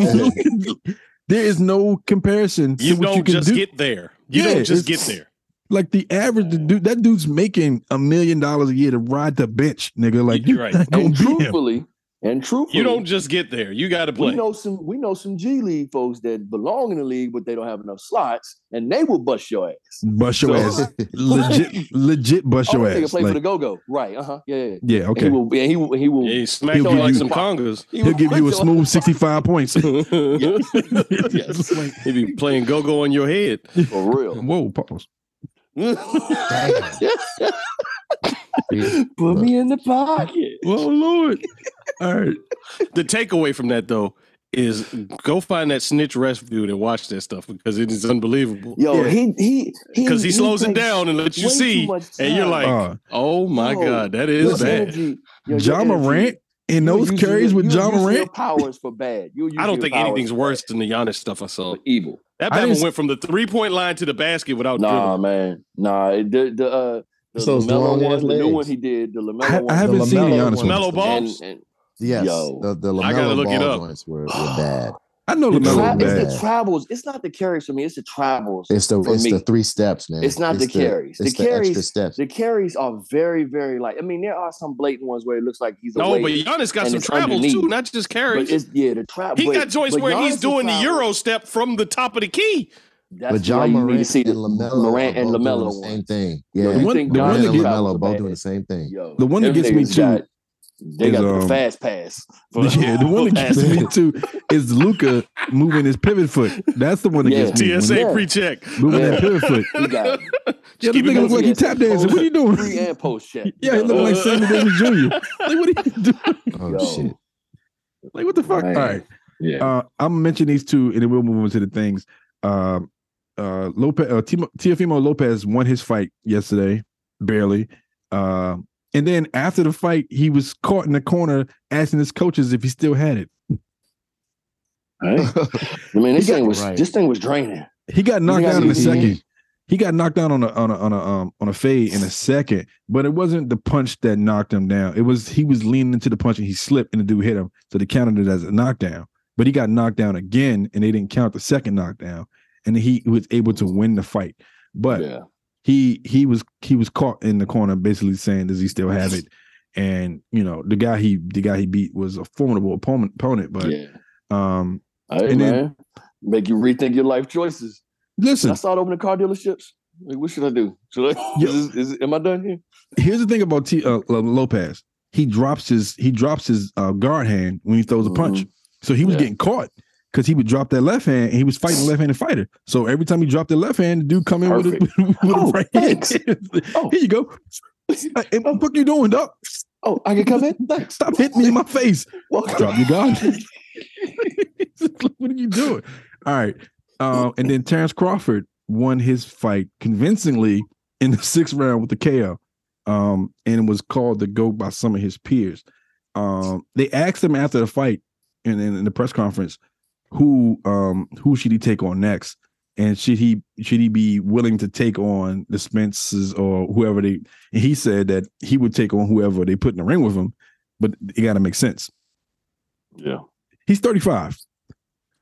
B: [laughs] there is no comparison
E: You
B: to what
E: don't
B: you can
E: just
B: do.
E: get there. You
B: Yeah,
E: don't just get
B: it's-
E: there.
B: like the average the dude, that dude's making a million dollars a year to ride the bench, nigga. Like
E: You're
B: you're
E: right.
B: not gonna
C: and
B: beat him.
C: truthfully, and truthfully,
E: You don't just get there. You got to
C: We
E: play.
C: know some we know some G League folks that belong in the league, but they don't have enough slots, and they will bust your ass.
B: Bust your
C: So- [laughs]
B: ass, legit, legit bust
C: oh,
B: your
C: that nigga
B: ass.
C: play for
B: Like,
C: the Go Go, right? Uh huh. Yeah, yeah. yeah.
B: yeah,
C: And he
B: okay.
C: will. And he will. He will.
E: Yeah, he smacked
B: He'll
E: you
B: give
E: like
B: you-
E: some congas.
C: he
B: He'll give you a
C: will-
B: smooth sixty-five points.
E: yes.
C: [laughs]
B: [laughs]
E: he be playing go go on your head.
C: for real.
B: Whoa, pause.
C: [laughs] Put me in the pocket.
B: Oh Lord. All right.
E: The takeaway from that though is go find that snitch rest dude and watch that stuff because it is unbelievable.
C: Yo,
B: Yeah.
C: he he
E: Because he, slows it
C: takes
E: down and lets you
C: way too
E: see,
C: much
E: and you're
C: time.
E: like,
B: Uh,
E: "Oh my
C: Yo,
E: god, that
C: Your
E: is bad."
C: energy- yo, your
B: John
C: energy-
B: Morant in
C: you're
B: those
C: using
B: carries
C: your-
B: with
C: you're
B: John
C: using your
B: Morant.
C: powers for bad. You're
E: I
C: using
E: don't
C: your
E: think
C: powers
E: anything's
C: for
E: worse than the Giannis stuff I saw.
C: bad. evil.
E: That
B: I
E: Batman
B: just-
E: went from the three point line to the basket without
C: Nah,
E: dribbling.
C: man. Nah, it- the the uh, the
D: It's those
C: Lamelo
D: long-ass
C: one, the new
D: legs.
C: one he did, the Lamelo
B: I, ha-
C: one.
B: I haven't seen the
D: LaMelo
B: honest
D: one.
B: one.
E: Mellow
C: and,
E: balls.
C: and
D: Yes,
C: Yo.
D: the the
E: I gotta
D: LaMelo
E: look it
D: ball
E: up.
C: [sighs]
D: joints were, were bad.
B: I know
D: The
C: Tra-
D: Mellow
B: Lamelo
C: it's
B: bad.
C: the
D: bad.
C: travels. It's not the carries for me. It's the travels.
D: It's the
C: For
D: it's
C: me.
D: the three steps, man.
C: It's not the carries. The
D: It's the, extra
C: carries-
D: steps.
C: The carries are very, very light. I mean, there are some blatant ones where it looks like he's
E: No,
C: away.
E: but Giannis got
C: and
E: some
C: it's
E: travel too,
C: underneath.
E: not just
C: But
E: carries.
C: it's yeah, the travel.
E: he got joints where he's doing the euro step from the top of the key.
C: That's
D: But John
C: why you need to
D: Morant
C: see
D: and
C: the
D: LaMelo
C: Morant
D: are
C: and
D: both doing
C: Lamelo
D: the
C: one.
D: same thing.
C: Yo,
D: Yeah,
C: you
B: The one-
C: think
B: the
C: Giannis
B: one that
C: and
D: Morant and
B: gets-
C: Travels
D: LaMelo
C: are
D: both
C: bad?
D: doing the same thing.
C: Yo,
B: The one that
C: them
B: gets me
C: niggas
B: too
C: got- They got
B: is,
C: the
B: um,
C: fast pass.
B: [laughs]
C: for-
B: [laughs] Yeah, the
C: [laughs]
B: one that gets
C: pass.
B: me too is Luca moving his pivot foot. That's the one that gets me.
C: Yeah.
B: When
E: TSA
B: he-
C: Yeah.
E: pre-check.
B: Moving that
C: Yeah. [laughs]
B: pivot foot. [laughs]
C: He got
B: Yeah,
E: keep
B: this
E: it
B: nigga
E: moving.
B: looks like he tap
C: Oh,
B: dancing. What are you
C: pre
B: doing?
C: and post check.
B: [laughs] Yeah, he
C: Yo.
B: looking like Sammy Davis Jr. Like, what are you [laughs] doing?
D: Oh
C: Yo.
D: shit!
B: Like, what the fuck?
C: Man.
B: All right.
C: Yeah.
B: Uh, I'm gonna mention these two, and then we'll move on to the things. Um, uh, Lopez, uh, Timo, Teofimo Lopez won his fight yesterday, barely. Um, and then after the fight, he was caught in the corner asking his coaches if he still had it.
C: Right. [laughs] I mean, this
B: He got-
C: thing was
D: Right.
C: this thing was draining.
B: He got knocked
C: got
B: down in a
C: CTE?
B: second. He got knocked down on a on a on a um on a fade in a second, but it wasn't the punch that knocked him down. It was he was leaning into the punch and he slipped and the dude hit him, so they counted it as a knockdown. But he got knocked down again, and they didn't count the second knockdown, and he was able to win the fight. But
C: yeah.
B: he he was he was caught in the corner, basically saying, "Does he still have it?" And you know the guy he the guy he beat was a formidable opponent opponent, but
C: yeah.
B: um,
C: Hey,
B: and
C: man.
B: then-
C: Make you rethink your life choices. Should I
B: listen,
C: start opening car dealerships? Like, what should I do? Should I,
B: Yeah.
C: is, is, am I done here?
B: here's the thing about T, uh, L- Lopez. He drops his he drops his uh, guard hand when he throws a punch. So he was
C: Mm-hmm. Yeah.
B: getting caught because he would drop that left hand. And he was fighting a left-handed fighter. So every time he dropped the left hand, the dude come in with a, [laughs] with
C: Perfect.
B: a
C: Oh,
B: right
C: thanks.
B: hand. [laughs]
C: Oh.
B: Here you go. Like, hey, what the fuck you doing, dog?
C: [laughs] Oh, I can come in? Thanks.
B: Stop hitting me in my face.
C: [laughs] Welcome.
B: Drop your guard. [laughs] what are you doing? All right. Uh, and then Terrence Crawford won his fight convincingly in the sixth round with the KO, um, and was called the GOAT by some of his peers. Um, they asked him after the fight and in, in the press conference who um, who should he take on next, and should he should he be willing to take on the Spences or whoever they? And he said that he would take on whoever they put in the ring with him, but it got to make sense.
C: Yeah.
B: He's 35.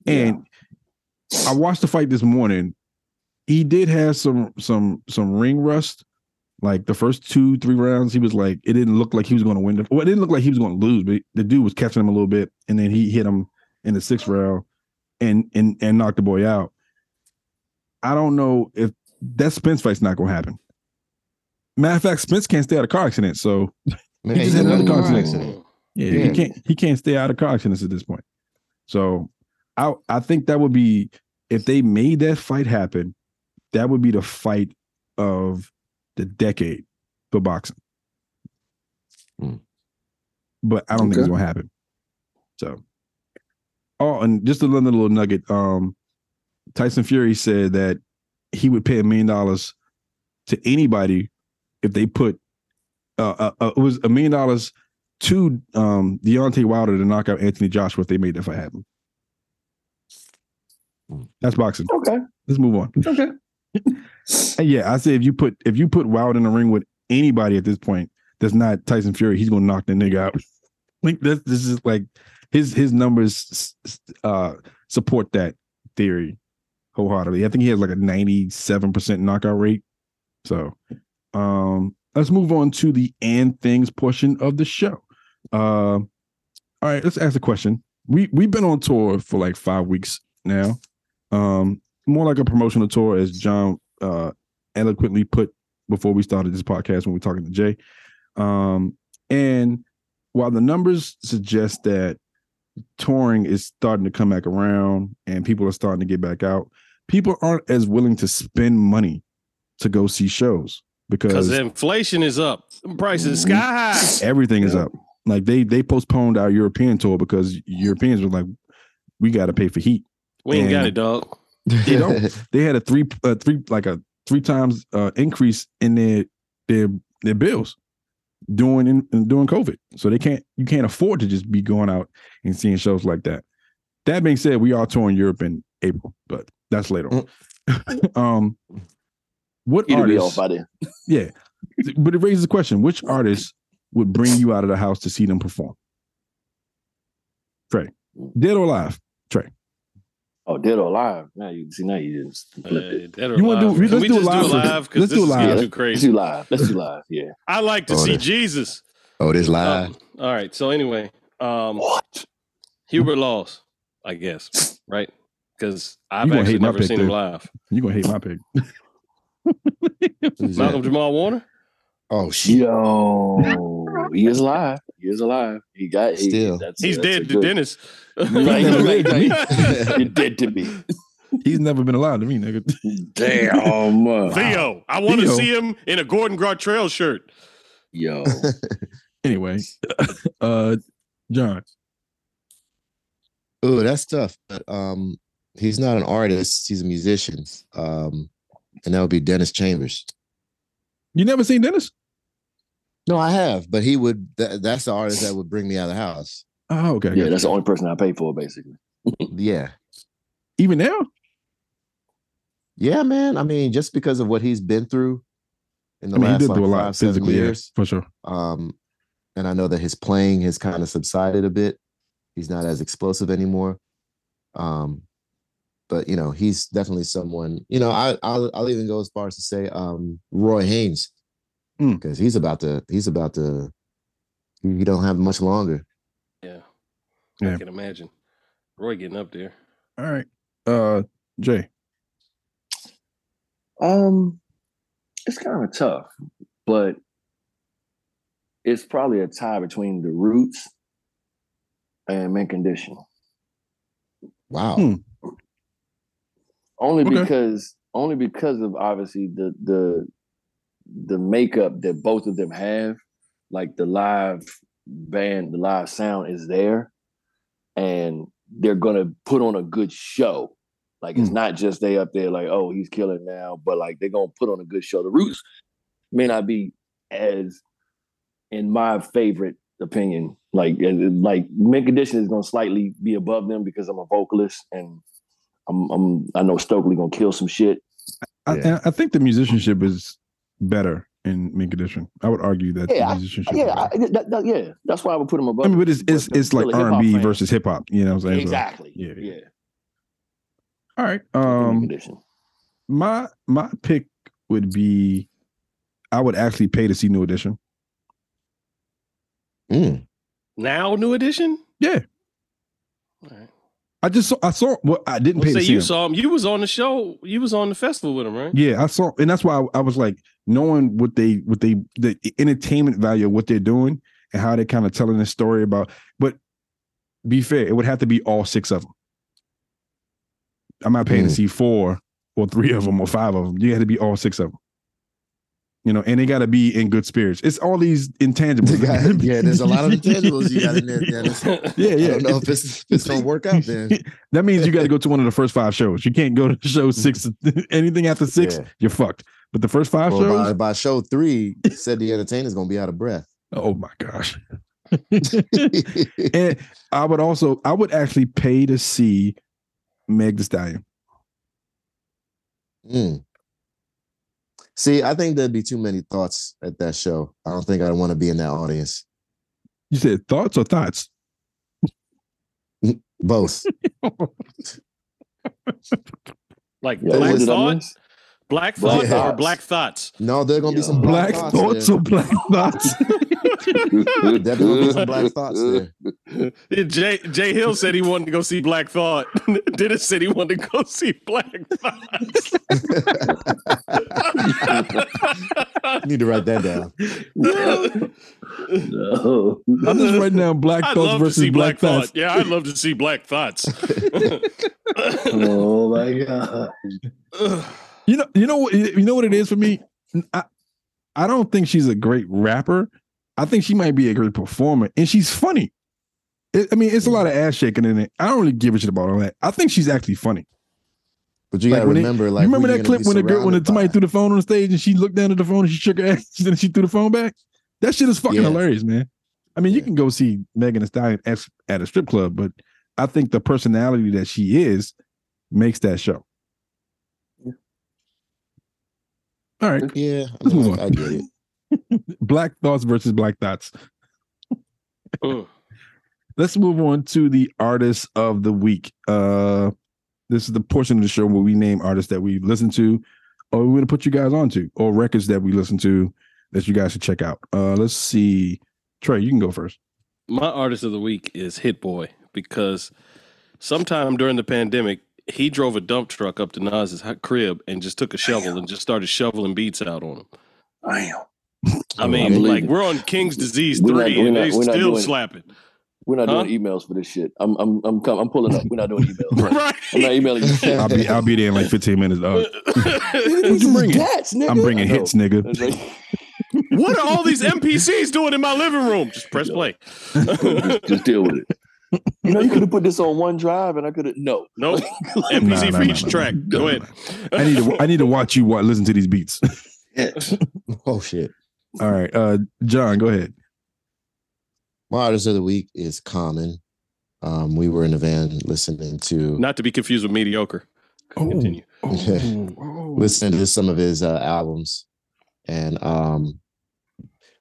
B: And I watched the fight this morning. He did have some some some ring rust. Like the first two, three rounds, he was like, it didn't look like he was going to win. The, well, it didn't look like he was going to lose, but the dude was catching him a little bit, and then he hit him in the sixth round, and and and knocked the boy out. I don't know if that Spence fight's not going to happen. Matter of fact, Spence can't stay out of car accident, so
D: Man,
B: just
D: he
B: had
D: got
B: another
D: in a car
B: continent.
D: accident.
B: yeah, he
D: Yeah.
B: can't he can't stay out of car accidents at this point. So I I think that would be if they made that fight happen, that would be the fight of the decade for boxing.
D: Hmm.
B: But I don't think it's
C: Okay.
B: gonna happen. So oh, and just another little nugget. Um Tyson Fury said that he would pay a million dollars to anybody if they put uh, uh, uh it was a million dollars to um Deontay Wilder to knock out Anthony Joshua if they made that fight happen. That's boxing.
C: Okay.
B: Let's move on.
C: Okay.
B: And yeah, I say if you put if you put Wilder in the ring with anybody at this point that's not Tyson Fury, he's gonna knock the nigga out. [laughs] Like this, this is like his his numbers s- s- uh support that theory wholeheartedly. I think he has like a ninety seven percent knockout rate. So, um, let's move on to the and things portion of the show. Uh, all right, let's ask a question. We we've been on tour for like five weeks now. Um, more like a promotional tour, as John uh, eloquently put before we started this podcast when we were talking to Jay. Um, and while the numbers suggest that touring is starting to come back around and people are starting to get back out, people aren't as willing to spend money to go see shows
E: Because
B: because
E: inflation is up, [laughs] prices sky high.
B: everything is
C: Yeah.
B: up. Like they they postponed our European tour because Europeans were like, we got to pay for heat.
E: We ain't got
B: And-
E: it, dog.
B: You don't- They had a three uh, three like a three times uh, increase in their their their bills during in, during COVID. So they can't you can't afford to just be going out and seeing shows like that. That being said, we are touring Europe in April, but that's later. on. [laughs] um, what
C: It'll be
B: artists?
C: off by then.
B: Yeah, but it raises the question: Which artist would bring you out of the house to see them perform? Trey, dead or alive?
C: Oh, dead or alive. Now you see now you just
E: Uh,
C: flipped it.
E: dead or
B: You wanna do-
E: alive.
B: we-
E: Can
B: let's
E: we
B: do
E: just
B: live
E: do
B: first.
E: live because
B: Let's
E: this
B: do
E: is getting
B: live.
E: Uh, too
C: Let's
E: crazy.
C: do live. Let's do live. Yeah.
E: I like to
D: Oh,
E: see
D: this-
E: Jesus.
D: [laughs] Oh, this
C: Uh,
D: live.
E: Um, all right. So anyway, um,
C: What?
E: Hubert Laws, I guess, right? Because
B: You
E: I've
B: gonna
E: actually
B: hate my
E: never
B: pick,
E: seen him
B: dude.
E: live.
B: You gonna hate my pick?
D: Who's that?
E: Malcolm Jamal Warner.
D: Oh shit. [laughs]
C: Yo, he is alive. He is alive. He got he-
D: Still.
C: that's-
E: He's
C: that's a
E: dead to
C: good-
E: Dennis.
C: [laughs] Right,
B: [laughs]
E: [laughs]
C: right,
D: right.
C: You're dead to me.
B: He's never been alive to me, nigga. [laughs]
C: Damn. uh,
E: Theo, I want to
B: Theo.
E: see him in a Gordon Gartrell shirt.
C: [laughs] Yo.
D: [laughs]
B: Anyway, uh, John,
D: Oh, that's tough. But um, he's not an artist. He's a musician. Um, and that would be Dennis Chambers.
B: you never seen Dennis?
D: No, I have, but he would. tha- that's the artist that would bring me out of the house.
B: Oh, okay.
C: Yeah, that's the only person I pay for, basically.
D: Yeah,
B: Even now,
D: yeah, man. I mean, just because of what he's been through in the
B: I mean, he
D: last
B: did
D: like,
B: do a
D: five,
B: lot
D: seven
B: physically, yeah,
D: years.
B: for sure.
D: Um, and I know that his playing has kind of subsided a bit. He's not as explosive anymore. Um, but you know, he's definitely someone. You know, I I'll, I'll even go as far as to say um, Roy Haynes,
B: Mm.
D: because he's about to he's about to you don't have much longer.
E: Yeah.
B: Yeah.
E: I can imagine. Roy getting up there.
B: All right. Uh Jay.
C: Um, it's kind of tough, but it's probably a tie between the roots and mint condition.
D: Wow.
B: Hmm.
C: Only
B: Okay.
C: because only because of obviously the the the makeup that both of them have, like the live band, the live sound is there, and they're gonna put on a good show. Like it's
B: Mm.
C: not just they up there like, oh, he's killing now, but like they're gonna put on a good show. The roots may not be as in my favorite opinion, like and- and, like mint condition is gonna slightly be above them because I'm a vocalist and I'm, I'm I know Stokely gonna kill some shit.
B: I,
D: Yeah.
B: I think the musicianship is better in mint condition. I would argue that
C: Yeah,
B: the
C: I-
B: musicianship. is
C: Yeah, I,
B: better.
C: that, that- yeah, that's why I would put them above.
B: I mean, but it's it's
C: but
B: it's like
C: still a
B: R
C: hip-hop
B: and B
C: fan.
B: versus hip hop. You know what I'm saying? So-
C: exactly.
B: yeah,
C: Yeah,
B: yeah.
C: yeah.
B: all right.
C: Mint
B: Um,
C: condition.
B: my my pick would be, I would actually pay to see New Edition.
D: Mm.
E: Now, new edition?
B: Yeah,
E: All right.
B: I just saw, I saw. Well, I didn't
E: Well,
B: pay
E: say
B: to see
E: you
B: him.
E: saw him. Um, You was on the show. You was on the festival with him, right?
B: Yeah, I saw, and that's why I, I was like knowing what they, what they, the entertainment value of what they're doing and how they're kind of telling the story about. But be fair, it would have to be all six of them. I'm not paying to
D: Mm.
B: see four or three of them or five of them. You had to be all six of them. You know, and they got to be in good spirits. It's all these intangibles. [laughs]
D: yeah, there's a lot of intangibles you got in there, Dennis.
B: Yeah,
D: I
B: yeah.
D: don't know if it's, if it's gonna work out then.
B: [laughs] that means you got to go to one of the first five shows. You can't go to show six. [laughs] anything after six,
D: Yeah.
B: you're fucked. But the first five
D: Well,
B: shows,
D: by, by
B: [laughs]
D: show three, he said the entertainer's gonna be out of breath.
B: Oh my [laughs] gosh. [laughs] and I would also, I would actually pay to see Meg the Stallion.
D: Mm. See, I think there'd be too many thoughts at that show. I don't think I'd want to be in that audience.
B: You said thoughts or [laughs] thoughts?
D: Both.
E: Like
C: Yeah.
E: Black
C: What did I
E: Thought,
C: miss?
E: Black
C: Black
E: Thought, or
C: Thoughts.
E: Black Thoughts.
D: No, there are gonna be some
B: Black
D: black,
B: thoughts
D: thoughts.
B: or black [laughs] thoughts?
D: there. There's gonna be some black thoughts there.
E: Jay Jay Hill said he wanted to go see Black Thought. [laughs] Dennis said he wanted to go see Black Thoughts.
D: You need to write that down.
C: [laughs] No.
B: I'm just writing down black
E: I'd
B: thoughts
E: love to
B: versus
E: see Black,
B: black, thoughts.
E: Thought. Yeah, I'd love to see Black [laughs] Thoughts.
C: oh my god.
B: You know, you know what, you know what it is for me. I, I don't think she's a great rapper. I think she might be a great performer, and she's funny. It, I mean, it's a lot of ass shaking in it. I don't really give a shit about all that. I think she's actually funny.
D: But you
B: Like
D: gotta
B: when they-
D: remember,
B: You
D: like
B: remember
D: who
B: that
D: you're
B: clip
D: gonna be
B: when a girl when
D: surrounded
B: somebody
D: by.
B: threw the phone on the stage and she looked down at the phone and she shook her [laughs] ass and then she threw the phone back? That shit is fucking
D: Yeah.
B: hilarious, man. I mean, you
D: Yeah.
B: can go see Megan Thee Stallion at, at a strip club, but I think the personality that she is makes that show. All right,
D: Yeah, I,
B: Let's
D: mean,
B: move
D: I-
B: on.
D: I get it.
B: Black Thoughts versus Black Thoughts.
E: Mm.
B: [laughs] Let's move on to the artists of the week. Uh, this is the portion of the show where we name artists that we listen to, or we're gonna put you guys onto, or records that we listen to that you guys should check out. Uh, let's see, Trey, you can go first.
E: My artist of the week is Hit Boy because sometime Um, during the pandemic, he drove a dump truck up to Nas's hu- crib and just took a shovel and just started shoveling beats out on him.
C: Damn.
E: I
C: Oh, I
E: mean,
C: believe
E: like
C: it.
E: we're on King's Disease
C: We're not-
E: three,
C: we're
E: and
C: not-
E: they
C: we're not
E: still
C: doing-
E: slapping.
C: We're not
E: Huh?
C: doing emails for this shit. I'm I'm I'm com- I'm pulling up. We're not doing emails.
E: Right?
C: I'm not emailing you shit.
B: I'll be I'll be there in like 15 minutes. Uh,
E: what
B: [laughs] you bringing?
C: Cats, nigga.
B: I'm bringing
C: I know.
B: hits, nigga.
C: It's like,
E: are all these NPCs doing in my living room? Just press play. [laughs]
C: just, just deal with it. You know, you could have put this on one drive, and I could have no. [laughs]
E: Nope. NPC
B: Nah, nah,
E: for
B: nah,
E: each
B: nah,
E: track.
B: nah,
E: Go
B: nah,
E: ahead.
B: I need to I need to watch you wa- listen to these beats. [laughs]
D: Oh shit.
B: All right, uh, John, go ahead.
D: My artist of the week is Common. Um, we were in the van listening to
E: Not to be confused with mediocre. Continue.
D: oh, listening to some of his uh, albums, and um,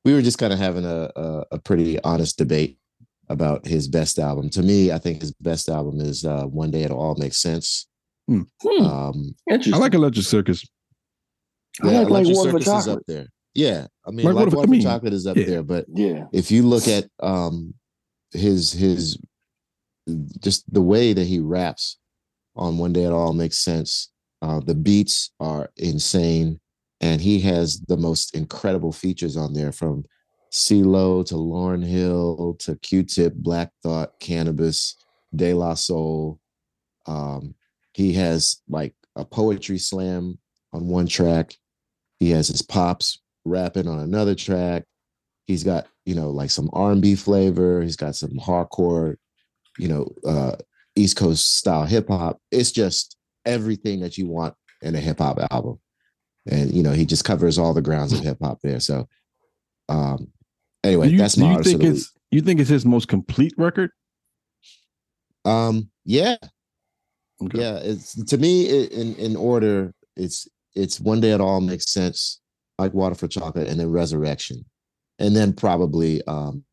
D: we were just kind of having a, a a pretty honest debate about his best album. To me, I think his best album is uh, "One Day It'll All Make Sense."
B: Hmm.
C: Hmm,
D: Um,
C: interesting.
B: I like Electric Circus.
C: I like, like
D: Electric
C: War for
D: Circus is
C: Chocolate.
D: up there. yeah, I mean,
B: Like, what
D: like
B: if- I
D: White for
B: mean,
D: Chocolate is up
B: yeah.
D: there, but
C: Yeah.
D: if you look at um his his just the way that he raps on one day it all makes sense uh the beats are insane and he has the most incredible features on there from CeeLo to Lauren Hill to Q-Tip, Black Thought, Cannabis, De La Soul. Um, he has like a poetry slam on one track. He has his pops rapping on another track he's got you know like some r&b flavor he's got some hardcore you know uh east coast style hip hop it's just everything that you want in a hip hop album and you know he just covers all the grounds of hip hop there so um anyway
B: do you,
D: that's
B: do
D: my
B: you
D: artist of
B: think
D: the
B: it's you think it's his most complete record?
D: week. um yeah
B: Okay.
D: yeah it's to me it, in in order it's it's one day it all makes sense like water for chocolate and then resurrection and then probably um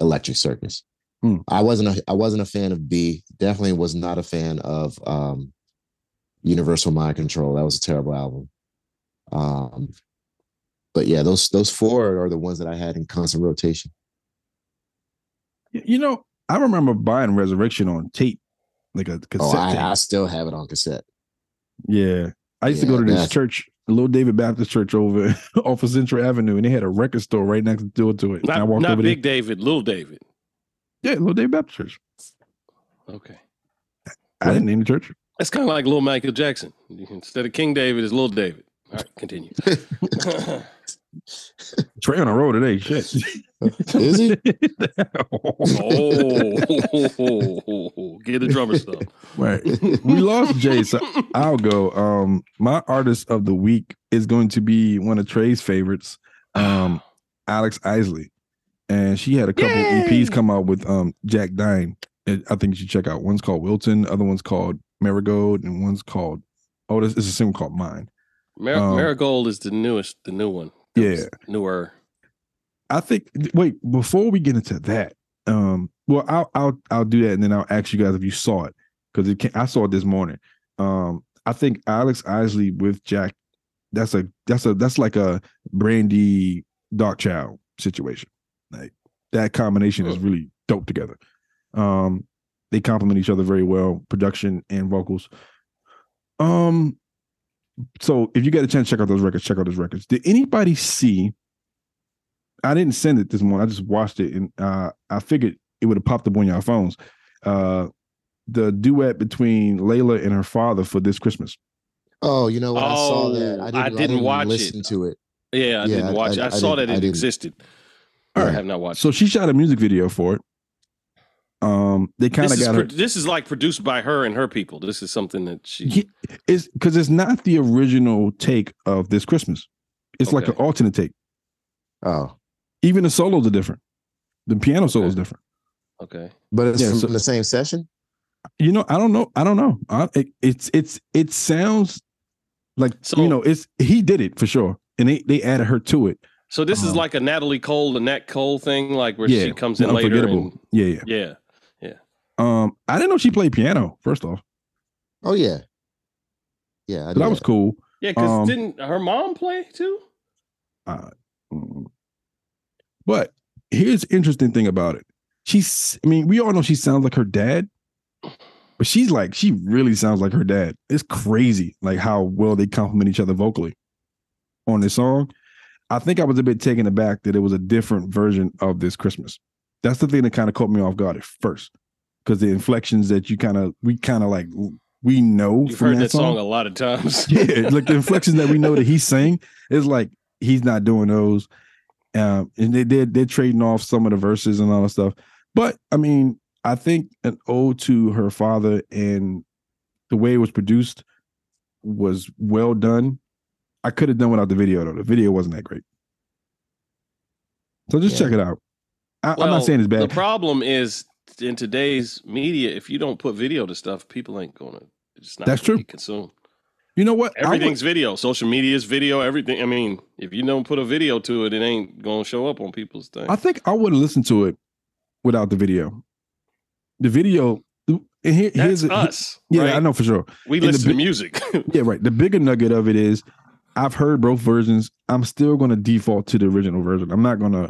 D: electric circus
B: Hmm.
D: i wasn't a i wasn't a fan of b definitely was not a fan of um universal mind control that was a terrible album um but yeah those those four are the ones that i had in constant rotation
B: Y- You know, I remember buying Resurrection on tape, like a cassette.
D: oh
B: tape.
D: I, I still have it on
B: [laughs]
D: cassette
B: Yeah. I used to
D: Yeah,
B: go to this
D: that's-
B: church, Little David Baptist Church over [laughs] off of Central Avenue, and they had a record store right next door to it. and I
E: Not,
B: walked
E: not
B: over
E: Big David, Little David.
B: there. Yeah, Little David Baptist Church.
E: Okay.
B: I didn't name the church.
E: That's kind of like Little Michael Jackson. You can- Instead of King David, it's Little David. All right, continue.
B: Trey on the road today. Shit.
D: is
E: [laughs]
D: he
E: oh, get a drummer stuff.
B: [laughs] right. [laughs] We lost Jay, so I'll go. Um, my artist of the week is going to be one of Trey's favorites,
E: [sighs]
B: um, Alex Isley, and she had a couple EPs come out with um Jack Dine. that I think you should check out. One's called Wilton, other one's called Marigold, and one's called oh, this is a single called Mine.
E: Mar-
B: Um,
E: Marigold is the newest, the new one. That
B: Yeah.
E: was newer.
B: I think. Wait, before we get into that, um, well, I'll I'll I'll do that, and then I'll ask you guys if you saw it because it can, I saw it this morning. Um, I think Alex Isley with Jack, that's a that's a that's like a Brandy Dark Child situation. Like that combination is
E: Huh.
B: really dope together. Um, they complement each other very well, production and vocals. Um, so if you get a chance, check out those records. Check out those records. Did anybody see? I didn't send it this morning. I just watched it, and uh, I figured it would have popped up on your phones. Uh, the duet between Layla and her father for this Christmas.
D: oh you know what i saw that
E: Oh,
D: i
E: I
D: didn't,
E: didn't watch it.
D: listen to it
E: Yeah, I
D: Yeah, I-
E: didn't watch. it.
D: I-
E: I,
D: I
E: saw
D: didn't- I
E: that it
D: didn't.
E: existed.
B: All
E: I
B: right.
E: have not watched.
B: So she shot a music video for it. Um, they
E: it.
B: kind
E: This
B: of
E: is,
B: got
E: pro-
B: her.
E: this is like produced by her and her people. This is something that she.
B: Yeah, it's because it's not the original take of this Christmas. It's like an
E: Okay.
B: alternate take.
D: oh
B: Even the solos are different. The piano solo is
E: Okay.
B: different.
E: Okay.
D: But it's
B: Yeah,
D: from
B: so-
D: the same session.
B: you know i don't know i don't know I, it, it's it's it sounds like
E: So-
B: you know it's he did it for sure and they they added her to it
E: So this is
B: Um,
E: like a Natalie Cole, and Nat Cole thing, like where she comes in later.
B: unforgettable
E: And,
B: yeah yeah
E: yeah.
B: um i didn't know she played piano first off
D: Oh yeah, yeah. I
B: so that was cool
E: Yeah, because
B: Um,
E: didn't her mom play too?
B: uh, mm. but here's the interesting thing about it she's i mean we all know she sounds like her dad but she's like she really sounds like her dad it's crazy like how well they complement each other vocally on this song i think i was a bit taken aback that it was a different version of this christmas that's the thing that kind of caught me off guard at first because the inflections that you kind of we kind of like we know
E: You've
B: from
E: heard
B: that,
E: that song a lot of times.
B: [laughs] yeah, like the inflections that we know that he's saying is like he's not doing those. Um, and they they're, they're trading off some of the verses and all that stuff. But I mean, I think an ode to her father and the way it was produced was well done. I could have done without the video though. The video wasn't that great. So just
D: Yeah.
B: check it out. I, I'm
E: Well,
B: not saying it's
E: The
B: bad.
E: problem is in today's media, if you don't put video to stuff, people ain't gonna. It's not
B: That's
E: gonna
B: true.
E: Be consumed.
B: you know what? I would-
E: Everything's video. Social media is video. Everything. I mean, if you don't put a video to it, it ain't gonna show up on people's thing.
B: I think I would have listened to it without the video. The video, and here,
E: That's
B: here's a-
E: us.
B: Yeah,
E: right?
B: I know for sure.
E: We
B: In the
E: listen to
B: bi-
E: music. [laughs]
B: Yeah, right. The bigger nugget of it is I've heard both versions. I'm still going to default to the original version. I'm not going to.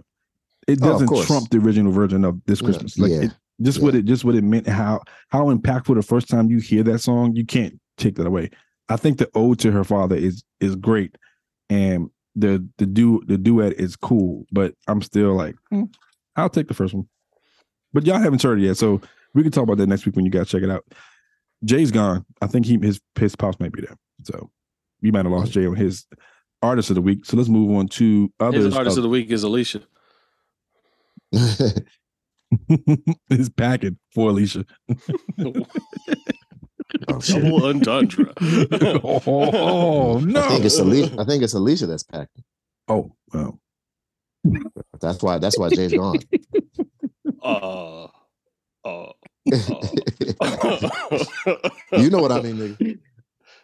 B: It
D: Oh, of
B: doesn't
D: course.
B: trump the original version of this
D: Yeah,
B: Christmas. Like
D: yeah,
B: it, just what
D: yeah.
B: it just what it meant. How how impactful the first time you hear that song. You can't take that away. I think the ode to her father is is great, and the the du the duet is cool. But I'm still like, "Hmm, I'll take the first one. But y'all haven't heard it yet, so we can talk about that next week when you guys check it out. Jay's gone. I think he his his pops might be there. So you might have lost Jay on his artist of the week. So let's move on to others.
E: Hmm. His artist of the week is Alicia.
B: [laughs] his packing for Alicia.
E: [laughs]
D: Oh,
E: Double entendre.
B: [laughs] oh,
E: [laughs]
B: no!
D: [laughs] I think it's Alicia. I think it's Alicia that's packed.
B: oh well,
D: That's why. That's why
E: [laughs]
D: Jay's gone.
E: Uh, uh,
D: you know what I mean, nigga.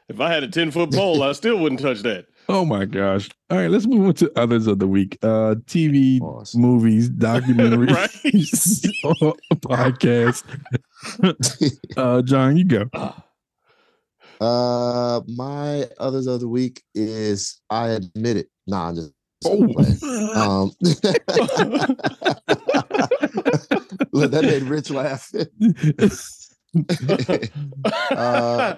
E: If I had a 10 foot pole, I still wouldn't touch that.
B: oh my gosh! All right, let's move on to others of the week. Uh, TV,
E: [laughs]
D: Pause. [laughs]
B: movies, documentaries,
E: Right?
B: [laughs] podcasts. Uh, John, you go.
D: Uh, my others of the week is I admit it. Nah, I'm just.
B: Oh.
D: playing.
E: [laughs]
D: Um, [laughs] look, that made Rich laugh. [laughs] Uh,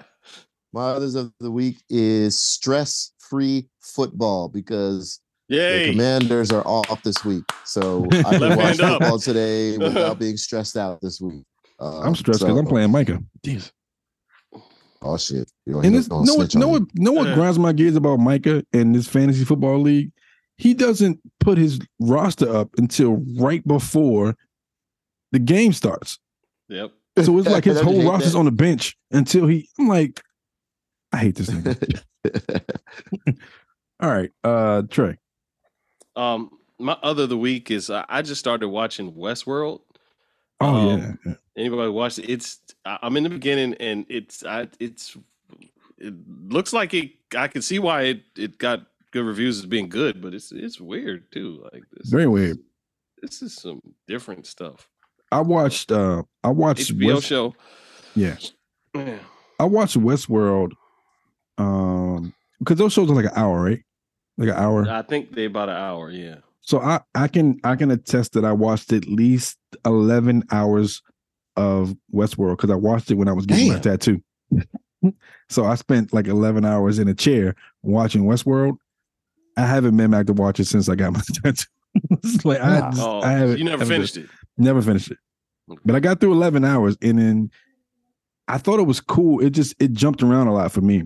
D: my others of the week is stress-free football because the
E: Yay.
D: Commanders are off this week, so I
E: Left
D: can watch
E: hand up. [laughs]
D: football today without being stressed out this week. Uh,
B: [laughs] I'm stressed because I'm
D: so-
B: playing Micah. Jeez.
D: Oh shit! You don't
B: And
D: hear
B: this,
D: no
B: no, what,
D: snitch
B: no,
D: on
B: what,
D: [laughs] you.
B: no, what
E: Yeah.
B: grinds my gears about Micah and this fantasy football league, he doesn't put his roster up until right before the game starts.
E: Yep.
B: So it's like
D: [laughs]
B: his
D: Don't you
B: whole
D: hate
B: roster's
D: that?
B: on the bench until he. I'm like, I hate this
D: [laughs]
B: nigga. All right, uh, Trey.
E: Um, my other of the week is uh, I just started watching Westworld.
B: Oh
E: Um,
B: yeah, yeah.
E: Anybody [sighs] watch it? It's I- I'm in the beginning and it's I it's it looks like it. I can see why it it got good reviews as being good, but it's it's weird too. Like this,
B: very weird.
E: This is some different stuff.
B: I watched. Uh, I watched.
E: HBO
B: West-
E: show.
B: Yeah.
E: Yeah.
B: I watched Westworld. Um, because those shows are like an hour, right? Like an hour.
E: I think they about an hour. Yeah.
B: So I I can I can attest that I watched at least eleven hours of Westworld because I watched it when I was getting my
D: Damn.
B: tattoo. [laughs] so I spent like eleven hours in a chair watching Westworld. I haven't been back to watch it since I got my [laughs] tattoo. It's like I,
D: Nah.
B: just-
E: Oh,
B: I haven't.
E: you never
B: haven't
E: finished it.
B: been- Never finished it. But I got through eleven hours, and then I thought it was cool. It just it jumped around a lot for me,